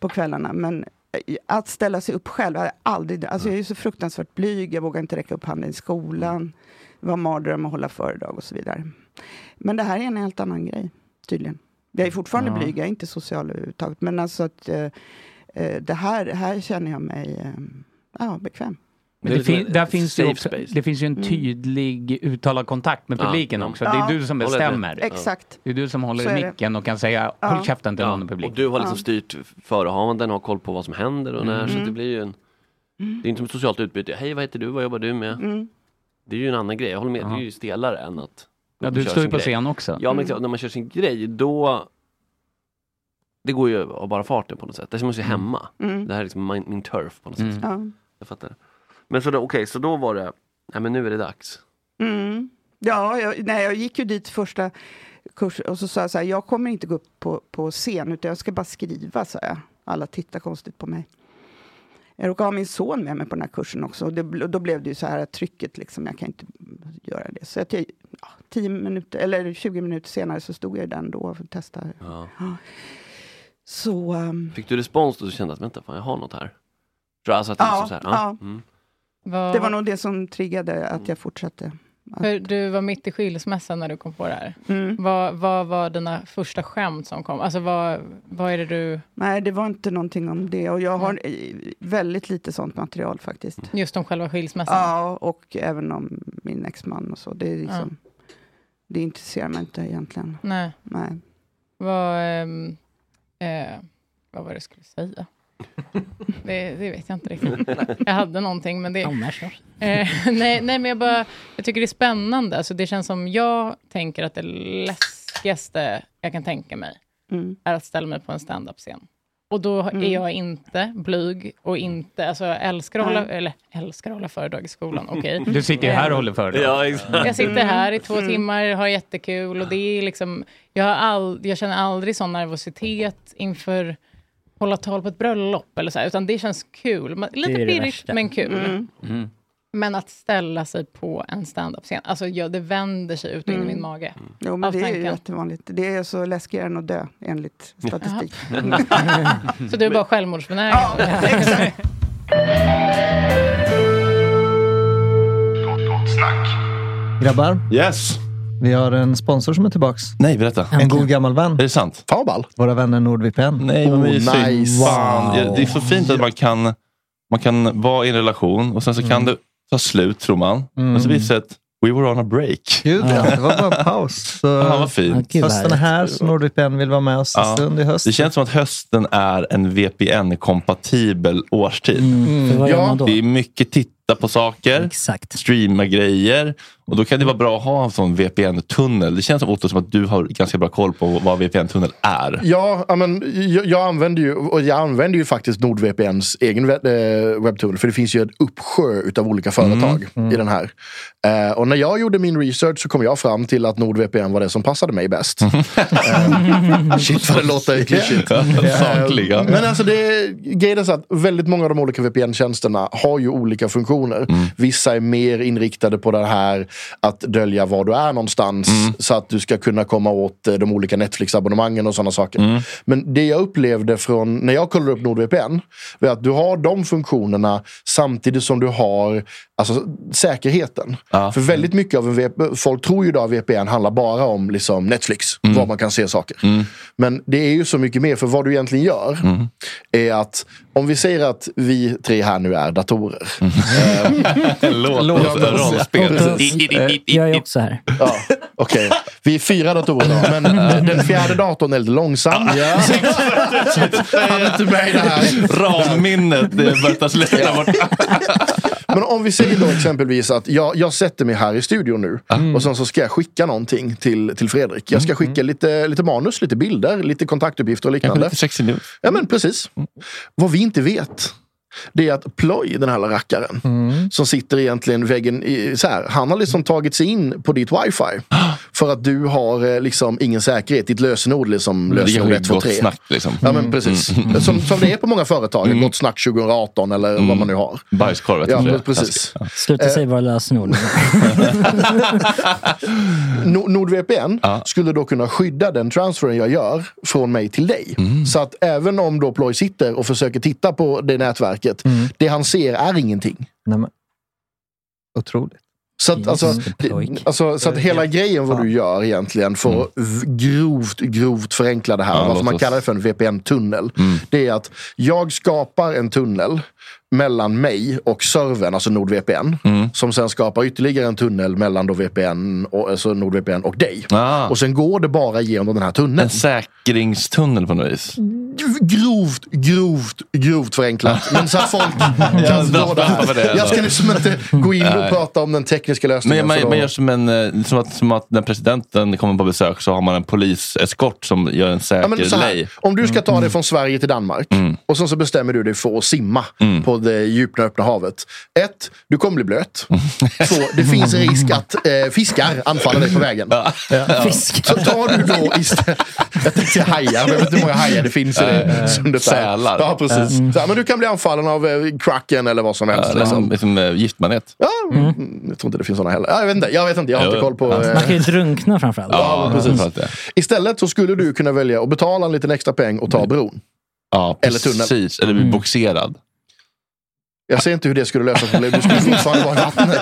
[SPEAKER 9] på kvällarna. Men eh, att ställa sig upp själv, jag, aldrig, alltså jag är ju så fruktansvärt blyg, jag vågar inte räcka upp handen i skolan. Det var en mardröm att hålla föredrag och så vidare. Men det här är en helt annan grej, tydligen. Jag är fortfarande
[SPEAKER 10] Ja.
[SPEAKER 9] blyg, jag är inte social överhuvudtaget. Men alltså att eh, eh, det här, här känner jag mig eh, ja, bekväm.
[SPEAKER 8] Men det, fin- där finns ju
[SPEAKER 5] safe
[SPEAKER 8] också,
[SPEAKER 5] space.
[SPEAKER 8] det finns ju en
[SPEAKER 9] Mm.
[SPEAKER 8] tydlig uttalad kontakt med
[SPEAKER 5] Ja,
[SPEAKER 8] publiken
[SPEAKER 5] ja.
[SPEAKER 8] också. Det är
[SPEAKER 9] Ja.
[SPEAKER 8] du som
[SPEAKER 5] Håller
[SPEAKER 8] bestämmer.
[SPEAKER 5] med.
[SPEAKER 9] Exakt.
[SPEAKER 8] Det är du som
[SPEAKER 9] Så
[SPEAKER 8] håller
[SPEAKER 9] är
[SPEAKER 8] i
[SPEAKER 9] det.
[SPEAKER 8] micken och kan säga
[SPEAKER 9] Ja.
[SPEAKER 8] håll käften till
[SPEAKER 5] Ja,
[SPEAKER 8] någon i publiken.
[SPEAKER 5] Och du har liksom
[SPEAKER 9] Ja.
[SPEAKER 5] styrt förehavanden och har koll på vad som händer och när. Så
[SPEAKER 9] Mm.
[SPEAKER 5] det blir ju en... Det är inte som ett socialt utbyte. Hej, vad heter du? Vad jobbar du med?
[SPEAKER 9] Mm.
[SPEAKER 5] Det är ju en annan grej. Jag håller med, det är ju stelare än att...
[SPEAKER 8] Ja,
[SPEAKER 5] man
[SPEAKER 8] du
[SPEAKER 5] kör
[SPEAKER 8] står ju
[SPEAKER 5] sin
[SPEAKER 8] på
[SPEAKER 5] grej.
[SPEAKER 8] scen också.
[SPEAKER 5] Ja, men
[SPEAKER 8] Mm.
[SPEAKER 5] exakt. när man kör sin grej, då... Det går ju av bara farten på något sätt. Det känns ju hemma.
[SPEAKER 9] Mm.
[SPEAKER 5] Det här är liksom min, min turf på något
[SPEAKER 9] Mm.
[SPEAKER 5] sätt.
[SPEAKER 9] Ja.
[SPEAKER 5] Jag fattar. Men så då, okej, så då var det... Nej, men nu är det dags.
[SPEAKER 9] Mm. Ja, jag, nej, jag gick ju dit första kurs och så sa jag så här, jag kommer inte gå upp på, på scen utan jag ska bara skriva, sa jag. Alla tittar konstigt på mig. Jag råkade ha min son med mig på den här kursen också och det, bl- då blev det ju så här trycket liksom, jag kan inte göra det. Så att jag, ja, 10 minuter, eller 20 minuter senare så stod jag i den då och testade.
[SPEAKER 5] Ja.
[SPEAKER 9] Ja. Så... ehm,
[SPEAKER 5] Fick du respons då du kände att vänta, fan, jag har något här? Tror jag, Alltså att det
[SPEAKER 9] Ja,
[SPEAKER 5] liksom så här, ja.
[SPEAKER 9] ja.
[SPEAKER 5] Mm.
[SPEAKER 9] Det var nog det som triggade att jag fortsatte.
[SPEAKER 4] För du var mitt i skilsmässan när du kom på det här.
[SPEAKER 9] Mm.
[SPEAKER 4] Vad, vad var dina första skämt som kom? Alltså vad, vad är det du...
[SPEAKER 9] Nej, det var inte någonting om det. Och jag har eh, väldigt lite sånt material faktiskt.
[SPEAKER 4] Just om själva skilsmässan?
[SPEAKER 9] Ja, och även om min exman och så. Det, är liksom, det intresserar mig inte egentligen.
[SPEAKER 4] Nej.
[SPEAKER 9] Nej.
[SPEAKER 4] Vad, ehm, eh, vad var det jag skulle säga? Det, det vet jag inte riktigt. Jag hade någonting, men det...
[SPEAKER 7] Annars då?
[SPEAKER 4] Eh, nej, nej, men jag, bara, jag tycker det är spännande. Alltså, det känns som jag tänker att det läskigaste jag kan tänka mig
[SPEAKER 8] Mm.
[SPEAKER 4] är att ställa mig på en standup-scen. Och då är jag inte blyg och inte... Alltså, jag älskar att hålla,
[SPEAKER 8] Nej.
[SPEAKER 4] eller, älskar att hålla föredrag i skolan. Okej.
[SPEAKER 8] Du sitter ju här och håller föredrag.
[SPEAKER 5] Ja, exakt.
[SPEAKER 4] Jag sitter här i två
[SPEAKER 8] Mm.
[SPEAKER 4] timmar, har jättekul och det är liksom, jag, har all, jag känner aldrig sån nervositet inför hålla tal på ett bröllop eller så här, utan det känns kul. Man,
[SPEAKER 8] är
[SPEAKER 4] lite
[SPEAKER 8] det
[SPEAKER 4] pirrigt
[SPEAKER 8] värsta.
[SPEAKER 4] men kul.
[SPEAKER 8] Mm. Mm.
[SPEAKER 4] Men att ställa sig på en standup-scen, alltså jag, det vänder sig ut och in i
[SPEAKER 9] Mm.
[SPEAKER 4] min mage.
[SPEAKER 9] Jo, men
[SPEAKER 4] Av
[SPEAKER 9] det är ju
[SPEAKER 4] tanken.
[SPEAKER 9] jättevanligt. Det är så läskigare än att dö, enligt statistik.
[SPEAKER 4] Jaha. så du är bara självmordsbenägen?
[SPEAKER 10] Grabbar?
[SPEAKER 1] Yes!
[SPEAKER 10] Vi har en sponsor som är tillbaks.
[SPEAKER 1] Nej, berätta.
[SPEAKER 10] En god gammal vän. Är
[SPEAKER 1] det sant?
[SPEAKER 10] Fabal. Våra vänner NordVPN.
[SPEAKER 1] Nej, vad mysigt. Fan,
[SPEAKER 10] Oh, Wow.
[SPEAKER 1] ja, det är så fint att man kan, man kan vara i en relation och sen så kan det ta slut, tror man.
[SPEAKER 10] Mm.
[SPEAKER 1] Men så visar det sig att we were on a break.
[SPEAKER 10] Gud, ja. Det var bara en paus. Så
[SPEAKER 1] Ja, vad fint. Ja, gud, vad
[SPEAKER 10] hösten är här, så NordVPN vill vara med oss en
[SPEAKER 1] Ja.
[SPEAKER 10] stund i höst.
[SPEAKER 1] Det känns som att hösten är en VPN-kompatibel årstid.
[SPEAKER 10] Mm. för vad gör man då?
[SPEAKER 1] Det är mycket titta på saker, streama grejer. Och Då kan det vara bra att ha en sån VPN-tunnel. Det känns som, Otto, som att du har ganska bra koll på vad VPN-tunnel är.
[SPEAKER 11] Ja, ja, men jag, jag använder ju och jag använder ju faktiskt NordVPNs egen web, eh, webbtunnel. För det finns ju en uppsjö utav olika företag i den här. Eh, och när jag gjorde min research så kom jag fram till att NordVPN var det som passade mig bäst. eh, shit vad det låter klyschigt.
[SPEAKER 1] Sakliga.
[SPEAKER 11] Eh, Men alltså det, grejen är så att väldigt många av de olika VPN-tjänsterna har ju olika funktioner. Vissa är mer inriktade på det här att dölja var du är någonstans. Så att du ska kunna komma åt eh, de olika Netflix-abonnemangen och sådana saker. Men det jag upplevde från när jag kollade upp NordVPN. Var att du har de funktionerna samtidigt som du har alltså, säkerheten. För väldigt mycket av en VP, folk tror ju idag att VPN handlar bara om liksom, Netflix. Var man kan se saker. Men det är ju så mycket mer. För vad du egentligen gör
[SPEAKER 1] Mm.
[SPEAKER 11] är att om vi säger att vi tre här nu är datorer.
[SPEAKER 1] Låt oss Mm. rollspel.
[SPEAKER 7] Jag är också här. Mm.
[SPEAKER 11] Ja, okej. Vi är fyra datorer då, men eh, den fjärde datorn är lite långsam. Han är inte med i det här.
[SPEAKER 1] Ramminnet det börjar ta slut. där borta.
[SPEAKER 11] Men om vi säger då exempelvis att jag, jag sätter mig här i studion nu och sen så ska jag skicka någonting till, till Fredrik.
[SPEAKER 1] Mm.
[SPEAKER 11] Jag ska skicka lite, lite manus, lite bilder, lite kontaktuppgifter och liknande.
[SPEAKER 1] lite sexy nu.
[SPEAKER 11] Ja men precis.
[SPEAKER 1] Mm.
[SPEAKER 11] Vad vi inte vet det är att Ploy, den här lilla rackaren,
[SPEAKER 1] Mm.
[SPEAKER 11] som sitter egentligen väggen i, så här, han har liksom tagit sig in på ditt wifi. För att du har eh, liksom ingen säkerhet. Ditt lösenord liksom
[SPEAKER 1] Mm. Det är
[SPEAKER 11] lösenord
[SPEAKER 1] ju
[SPEAKER 11] 1, 2,
[SPEAKER 1] gott
[SPEAKER 11] 3.
[SPEAKER 1] snack, liksom.
[SPEAKER 11] Ja men precis.
[SPEAKER 1] Mm.
[SPEAKER 11] Som, som det är på många företag. Gott snack 2018 eller vad
[SPEAKER 1] Mm.
[SPEAKER 11] man nu har.
[SPEAKER 1] Bajskorv vet
[SPEAKER 11] Ja,
[SPEAKER 1] du.
[SPEAKER 11] men precis.
[SPEAKER 7] Sluta
[SPEAKER 4] Eh,
[SPEAKER 7] säga våra lösenord.
[SPEAKER 11] No- NordVPN skulle då kunna skydda den transferen jag gör från mig till dig. Så att även om då Ploy sitter och försöker titta på det nätverket, det han ser är ingenting.
[SPEAKER 10] Nej, men. Otroligt.
[SPEAKER 11] Så att, alltså, det- alltså, så att
[SPEAKER 1] Eh,
[SPEAKER 11] hela grejen vad du gör egentligen för att v- grovt, grovt förenkla det här,
[SPEAKER 1] Mm. Ja, Mm.
[SPEAKER 11] varför
[SPEAKER 1] låt
[SPEAKER 11] man
[SPEAKER 1] oss-
[SPEAKER 11] kallar det för en VPN-tunnel. Det är att jag skapar en tunnel mellan mig och servern, alltså NordVPN.
[SPEAKER 1] Mm.
[SPEAKER 11] Som sen skapar ytterligare en tunnel mellan då VPN och, alltså NordVPN och dig.
[SPEAKER 1] Ah.
[SPEAKER 11] Och sen går det bara genom den här tunneln.
[SPEAKER 1] En säkringstunnel på något vis.
[SPEAKER 11] Grovt, grovt, grovt förenklat. Men så att folk kan förstå det
[SPEAKER 1] Jag
[SPEAKER 11] här.
[SPEAKER 1] det, alltså.
[SPEAKER 11] Jag ska liksom inte gå in och
[SPEAKER 1] Nej.
[SPEAKER 11] prata om den tekniska lösningen.
[SPEAKER 1] Men man,
[SPEAKER 11] för Alltså, då-
[SPEAKER 1] man gör som, en, eh, som, att, som att när presidenten kommer på besök så har man en poliseskort som gör en
[SPEAKER 11] Ja,
[SPEAKER 1] säker
[SPEAKER 11] men så här,
[SPEAKER 1] lej.
[SPEAKER 11] om du ska
[SPEAKER 1] Mm.
[SPEAKER 11] ta dig från Sverige till Danmark och sen så bestämmer du dig för att simma
[SPEAKER 1] Mm.
[SPEAKER 11] på det djupa öppna havet. Ett, du kommer bli blöt.
[SPEAKER 1] Mm.
[SPEAKER 11] Två, det finns risk att eh, fiskar anfaller dig på vägen.
[SPEAKER 1] Ja.
[SPEAKER 11] Så tar du då istället, Jag tänkte säga hajar, men jag vet inte hur många hajar det finns i
[SPEAKER 1] Eh, eh,
[SPEAKER 11] det sundet. där.
[SPEAKER 1] sälar.
[SPEAKER 11] Ja, precis.
[SPEAKER 1] Mm.
[SPEAKER 11] Så, här, men du kan bli anfallen av eh, kraken eller vad som helst.
[SPEAKER 1] Ja,
[SPEAKER 11] liksom.
[SPEAKER 1] liksom, liksom, eh, giftmanet.
[SPEAKER 11] Ja, mm, Jag tror inte det finns sådana heller. Ja, Jag vet inte, jag, vet inte, jag har
[SPEAKER 1] Jo,
[SPEAKER 11] inte koll på... eh,
[SPEAKER 7] Man kan ju drunkna framförallt.
[SPEAKER 11] Ja, men precis. Istället så skulle du kunna välja att betala en liten extra peng och
[SPEAKER 1] Mm.
[SPEAKER 11] ta bron.
[SPEAKER 1] Ja,
[SPEAKER 11] Eller
[SPEAKER 1] precis. Eller,
[SPEAKER 11] tunnel.
[SPEAKER 1] bli boxerad.
[SPEAKER 11] Jag ser inte hur det skulle lösa problemet. Du skulle fortfarande vara i vattnet.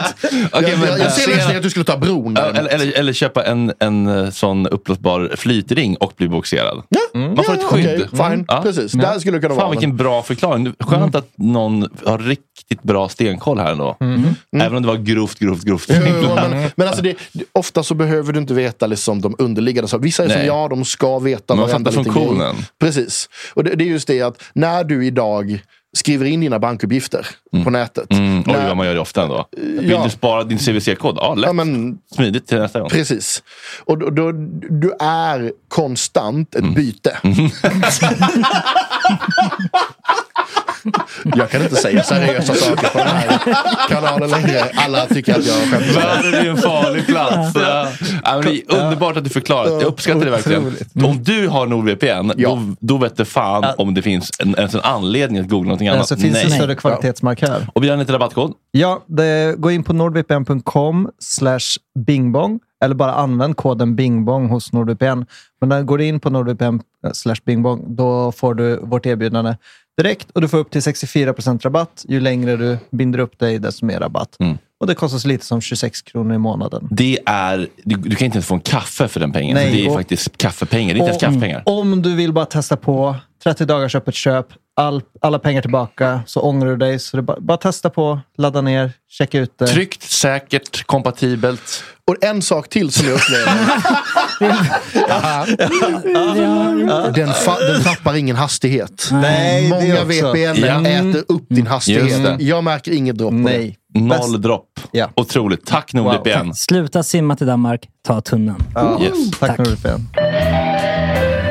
[SPEAKER 11] jag,
[SPEAKER 1] men
[SPEAKER 11] jag, jag ser
[SPEAKER 1] boxera-
[SPEAKER 11] lösningen att du skulle ta bron.
[SPEAKER 1] Eller,
[SPEAKER 11] däremot.
[SPEAKER 1] eller, eller köpa en, en eh, sån uppblåsbar flytring och bli boxerad. Man får ett
[SPEAKER 11] Mm. okej,
[SPEAKER 1] skydd. Mm.
[SPEAKER 11] fine. Precis. Där skulle det kunna
[SPEAKER 1] Fan
[SPEAKER 11] vara,
[SPEAKER 1] vilken
[SPEAKER 11] men- Mm.
[SPEAKER 1] bra förklaring. Du- Skönt att någon har riktigt bra stenkoll här ändå. Även om det var grovt, grovt, grovt.
[SPEAKER 11] Mm. Jo, men, men alltså det, ofta så behöver du inte veta liksom de underliggande sakerna. Vissa är som
[SPEAKER 1] Nej.
[SPEAKER 11] jag, de ska veta
[SPEAKER 1] Man
[SPEAKER 11] varenda
[SPEAKER 1] fattar
[SPEAKER 11] liten
[SPEAKER 1] funktionen.
[SPEAKER 11] grej. Precis. Och det, det är just det att när du idag skriver in dina bankuppgifter på nätet.
[SPEAKER 1] Mm. Oj,
[SPEAKER 11] när-
[SPEAKER 1] vad man gör det ofta ändå. Vill
[SPEAKER 11] Ja.
[SPEAKER 1] du spara din CVC-kod? Ja, lätt. Smidigt till nästa gång.
[SPEAKER 11] Precis. Och då, då, du är konstant
[SPEAKER 1] Mm.
[SPEAKER 11] ett byte. jag kan inte säga seriösa saker på den här kanalen längre. Alla tycker att jag skämtar.
[SPEAKER 1] Världen är en farlig plats. Ja. Ja, men det är underbart att du förklarat. Jag uppskattar det verkligen.
[SPEAKER 11] Otroligt. Mm.
[SPEAKER 1] Om du har NordVPN, då, då vet du fan om det finns en, ens en anledning att googla någonting annat.
[SPEAKER 10] Alltså, finns det
[SPEAKER 1] Nej.
[SPEAKER 10] större kvalitetsmarkör?
[SPEAKER 1] Och vi har en liten rabattkod.
[SPEAKER 10] Ja, det, gå in på nordvpn.com slash bingbong eller bara använd koden bingbong hos NordVPN. Men när du går in på nordvpn slash bingbong då får du vårt erbjudande direkt och du får upp till 64 rabatt. Ju längre du binder upp dig, desto mer rabatt.
[SPEAKER 1] Mm.
[SPEAKER 10] Och det kostar så lite som 26 kronor i månaden.
[SPEAKER 1] Det är, du, du kan inte ens få en kaffe för den pengen.
[SPEAKER 10] Nej,
[SPEAKER 1] det är
[SPEAKER 10] och-
[SPEAKER 1] faktiskt kaffepengar. Det är inte ens
[SPEAKER 10] Och Mm.
[SPEAKER 1] kaffepengar.
[SPEAKER 10] Om du vill bara testa på 30 dagars öppet köp, all, alla pengar tillbaka, så ångrar du dig. Så det är bara, bara testa på, ladda ner, checka ut det.
[SPEAKER 1] Tryggt, säkert, kompatibelt.
[SPEAKER 11] Och en sak till som jag Den, fa- den tappar ingen hastighet.
[SPEAKER 10] Nej, det
[SPEAKER 11] Många
[SPEAKER 10] också.
[SPEAKER 11] VPN
[SPEAKER 1] Ja.
[SPEAKER 11] äter upp din
[SPEAKER 1] Just det.
[SPEAKER 11] hastighet. Jag märker inget dropp på
[SPEAKER 10] Nej.
[SPEAKER 1] Noll dropp. Otroligt. Tack NordVPN.
[SPEAKER 7] Sluta simma till Danmark, ta tunneln.
[SPEAKER 1] Yes.
[SPEAKER 10] Tack, NordVPN.
[SPEAKER 1] Mm.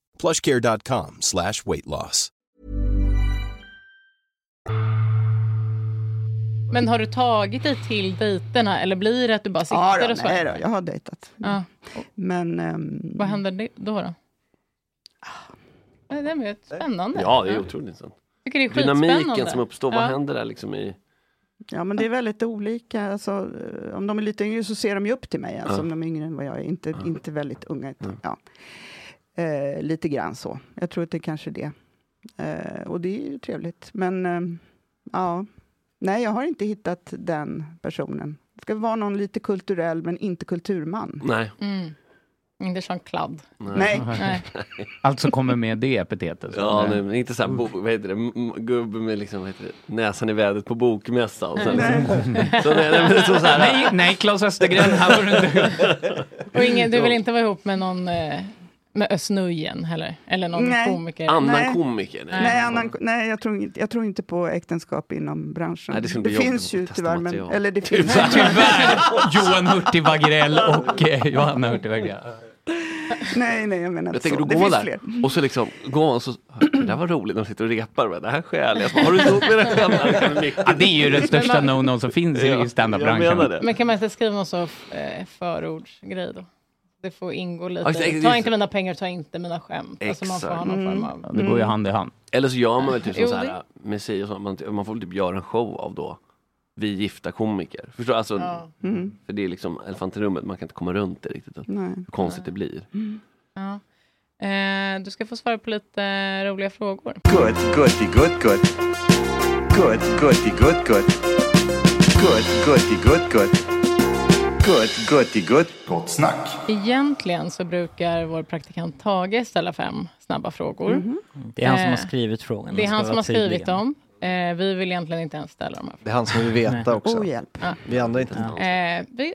[SPEAKER 12] plushcare.com slash weight loss.
[SPEAKER 4] Men har du tagit dig till dejterna eller blir det att du bara sitter
[SPEAKER 9] Ja, då,
[SPEAKER 4] och
[SPEAKER 9] nej
[SPEAKER 4] svarar?
[SPEAKER 9] då, jag har dejtat.
[SPEAKER 4] Ja.
[SPEAKER 9] Men... ehm,
[SPEAKER 4] Vad händer det- då? då? Nej, Det är spännande.
[SPEAKER 5] Ja, det är otroligt intressant.
[SPEAKER 4] Tycker det är
[SPEAKER 5] Dynamiken
[SPEAKER 4] skitspännande.
[SPEAKER 5] som uppstår, vad
[SPEAKER 9] Ja.
[SPEAKER 5] händer där liksom i...
[SPEAKER 9] Ja, men det är väldigt olika. Alltså, eh, om de är lite yngre så ser de ju upp till mig, alltså,
[SPEAKER 5] Ja.
[SPEAKER 9] om de är yngre än vad jag är. Inte, inte väldigt unga. utan- Ja. Eh, lite grann så. Jag tror att det är kanske är det. Eh, och det är ju trevligt. Men eh, ja, nej, jag har inte hittat den personen. Det ska vara någon lite kulturell, men inte kulturman.
[SPEAKER 5] Nej.
[SPEAKER 4] Mm. Inte sån kladd.
[SPEAKER 9] Nej.
[SPEAKER 4] Nej.
[SPEAKER 8] Allt som Alltså kommer med det epitetet.
[SPEAKER 5] Ja, nej, men inte så här, bo, vad heter det, m- m- gubbe med liksom, vad heter det, näsan i vädret på bokmässa. Och sen,
[SPEAKER 4] Nej.
[SPEAKER 5] liksom, så, nej, nej, men så, så här,
[SPEAKER 8] Nej, nej, Claes Östergren, här var du inte.
[SPEAKER 4] Och ingen, du vill inte vara ihop med någon eh, Med Özz Nujen heller? Eller någon
[SPEAKER 9] Nej.
[SPEAKER 4] komiker?
[SPEAKER 5] Annan komiker?
[SPEAKER 9] Nej, annan, nej jag, tror inte, jag tror inte på äktenskap inom branschen.
[SPEAKER 5] Nej, det skulle bli jobbigt
[SPEAKER 9] finns
[SPEAKER 5] att
[SPEAKER 9] ju
[SPEAKER 5] testa
[SPEAKER 9] tyvärr, men,
[SPEAKER 5] material.
[SPEAKER 9] eller det finns.
[SPEAKER 8] Tyvärr, tyvärr. Johan Hurtig Wagrell och eh, Johanna Hurtig Wagrell.
[SPEAKER 9] nej, nej, jag menar
[SPEAKER 5] Jag
[SPEAKER 9] inte så.
[SPEAKER 5] tänker du
[SPEAKER 9] Det
[SPEAKER 5] går
[SPEAKER 9] finns
[SPEAKER 5] där
[SPEAKER 9] fler.
[SPEAKER 5] och så liksom går man och så, det där var roligt, de sitter och repar, bara, det här stjäl jag. Har du gjort med det här?
[SPEAKER 8] Ja, det är ju den största no-no som finns i
[SPEAKER 5] Jag menar
[SPEAKER 8] standup-branschen.
[SPEAKER 5] det.
[SPEAKER 4] Men kan man inte skriva någon sån eh, förordsgrej då? Det får ingå
[SPEAKER 5] Ja, just
[SPEAKER 4] lite.
[SPEAKER 5] det.
[SPEAKER 4] Ta inte mina pengar, ta inte mina skämt. Alltså man får ha någon form av...
[SPEAKER 8] Mm.
[SPEAKER 4] Mm.
[SPEAKER 8] det går ju hand i hand.
[SPEAKER 5] Eller så gör man väl typ som
[SPEAKER 4] Jo,
[SPEAKER 5] så här,
[SPEAKER 4] det-
[SPEAKER 5] med sig och så, man, man får väl typ göra en show av då, vi gifta komiker. Förstår du? Alltså,
[SPEAKER 4] Ja. Mm.
[SPEAKER 5] För det är liksom elefanten i rummet, man kan inte komma runt det riktigt. Att,
[SPEAKER 4] Nej.
[SPEAKER 5] hur konstigt det
[SPEAKER 8] Mm.
[SPEAKER 5] blir.
[SPEAKER 7] Mm.
[SPEAKER 4] Ja. Eh, du ska få svara på lite roliga frågor.
[SPEAKER 13] Good, goody, good, good. Good, goody, good, good. Good, goody, good, good. Good, goody, good. Gott snack.
[SPEAKER 4] Egentligen så brukar vår praktikant Tage ställa fem snabba frågor.
[SPEAKER 7] Mhm. Det är han som har
[SPEAKER 4] Eh,
[SPEAKER 7] skrivit frågorna,
[SPEAKER 4] Det är
[SPEAKER 7] ska
[SPEAKER 4] han som
[SPEAKER 7] vara
[SPEAKER 4] har skrivit
[SPEAKER 7] tydlig.
[SPEAKER 4] dem. Eh, vi vill egentligen inte ens ställa de här
[SPEAKER 6] Det är han som vill veta också.
[SPEAKER 4] Oh, hjälp. Ja.
[SPEAKER 6] Vi andra inte.
[SPEAKER 4] Eh, vi,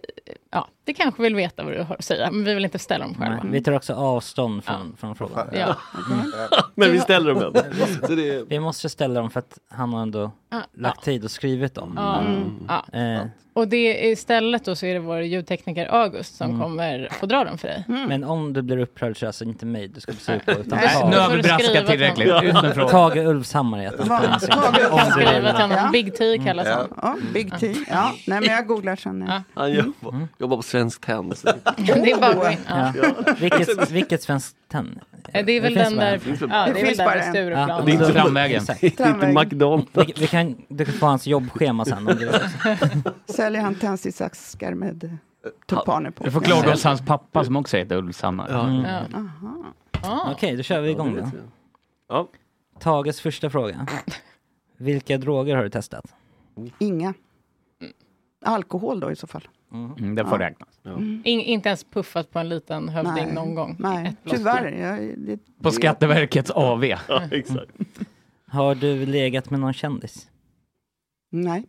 [SPEAKER 4] ja, vi kanske vill veta vad du har att säga, men vi vill inte ställa dem själva.
[SPEAKER 7] Vi tar också avstånd från, från frågan.
[SPEAKER 4] Ja.
[SPEAKER 7] Mm.
[SPEAKER 4] Men vi ställer dem
[SPEAKER 5] ändå.
[SPEAKER 7] Vi måste ställa dem för att han har ändå
[SPEAKER 4] Ja.
[SPEAKER 7] lagt tid och skrivit dem.
[SPEAKER 4] Ja. Mm. Ja.
[SPEAKER 7] Eh,
[SPEAKER 4] Och det, istället då så är det vår ljudtekniker August som
[SPEAKER 7] Mm.
[SPEAKER 4] kommer få dra dem för dig.
[SPEAKER 9] Mm.
[SPEAKER 7] Men om du blir upprörd så är det alltså inte mig du ska bli sur på utan
[SPEAKER 4] Mm. Nej,
[SPEAKER 7] Tage.
[SPEAKER 4] nu har vi Då får du braskat skriva tillräckligt. till honom. Ut med frågan.
[SPEAKER 7] Tage Ulvshammar heter han. på
[SPEAKER 9] Vad-
[SPEAKER 7] Instagram.
[SPEAKER 9] vad-
[SPEAKER 7] Om du vill.
[SPEAKER 4] Skriva till honom. Big T kallas
[SPEAKER 9] Ja.
[SPEAKER 4] han.
[SPEAKER 9] Ja, Big T. Ja. Nej, men jag googlar sen. Ja.
[SPEAKER 5] Han jobbar, jobbar på Svensk Tenn.
[SPEAKER 4] Det är bara att gå in. Ja.
[SPEAKER 7] Ja. Vilket, vilket svenskt tenn?
[SPEAKER 4] Eh, Det är väl
[SPEAKER 7] finns
[SPEAKER 4] den
[SPEAKER 7] bara
[SPEAKER 4] där,
[SPEAKER 7] en.
[SPEAKER 4] ja, det är väl där vid Stureplan.
[SPEAKER 7] Ja.
[SPEAKER 8] inte Tramvägen.
[SPEAKER 7] Exakt.
[SPEAKER 8] Inte Tramvägen. McDonald's.
[SPEAKER 7] Vi, vi kan, du kan få hans jobbschema sen om du vill.
[SPEAKER 9] Säljer han tändsticksaskar med eh, tulpaner på?
[SPEAKER 8] Du får klaga hos hans pappa som också heter Mm. Ulvshammar.
[SPEAKER 9] Ja. Aha.
[SPEAKER 7] Okej, då kör vi igång då. Tages första fråga. Vilka droger har du testat?
[SPEAKER 9] Inga. Alkohol då i så fall.
[SPEAKER 7] Mm.
[SPEAKER 8] det får
[SPEAKER 9] Ja.
[SPEAKER 8] räknas.
[SPEAKER 4] In, inte ens puffat på en liten hövding någon gång.
[SPEAKER 9] Mm. Nej,
[SPEAKER 4] bloss.
[SPEAKER 9] tyvärr. Jag, det,
[SPEAKER 8] På Skatteverkets AV.
[SPEAKER 5] Ja, exakt.
[SPEAKER 7] Har du legat med någon kändis?
[SPEAKER 9] Nej.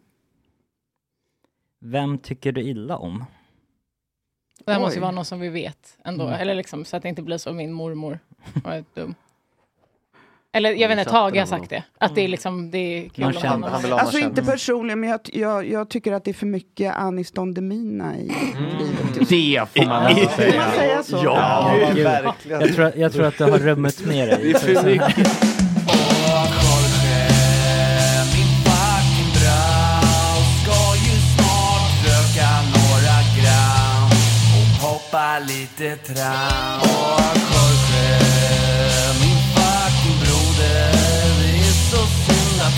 [SPEAKER 7] Vem tycker du illa om?
[SPEAKER 4] Det här måste
[SPEAKER 9] Oj.
[SPEAKER 4] ju vara någon som vi vet ändå.
[SPEAKER 7] Mm.
[SPEAKER 4] Eller liksom, så att det inte blir som min mormor. Var ett dum. Eller jag
[SPEAKER 9] Vi
[SPEAKER 4] vet inte,
[SPEAKER 9] satte
[SPEAKER 4] Tage har
[SPEAKER 9] den
[SPEAKER 4] sagt det. Att det är liksom, det är kul
[SPEAKER 7] Någon
[SPEAKER 4] om
[SPEAKER 7] känd-
[SPEAKER 4] honom.
[SPEAKER 7] Mm. han vill ha någon
[SPEAKER 9] Alltså inte
[SPEAKER 7] kändis.
[SPEAKER 9] personligen, men jag, jag, jag tycker att det är för mycket Anis Don Demina i livet.
[SPEAKER 8] Det får man ändå säga.
[SPEAKER 9] Får man säga så?
[SPEAKER 8] Ja,
[SPEAKER 9] Ja,
[SPEAKER 7] Gud,
[SPEAKER 9] verkligen.
[SPEAKER 7] Jag tror, jag tror att du har rummet med dig.
[SPEAKER 8] Det är för mycket.
[SPEAKER 14] Hoppa lite tram Och Jorge, min fucking broder Det är så synd att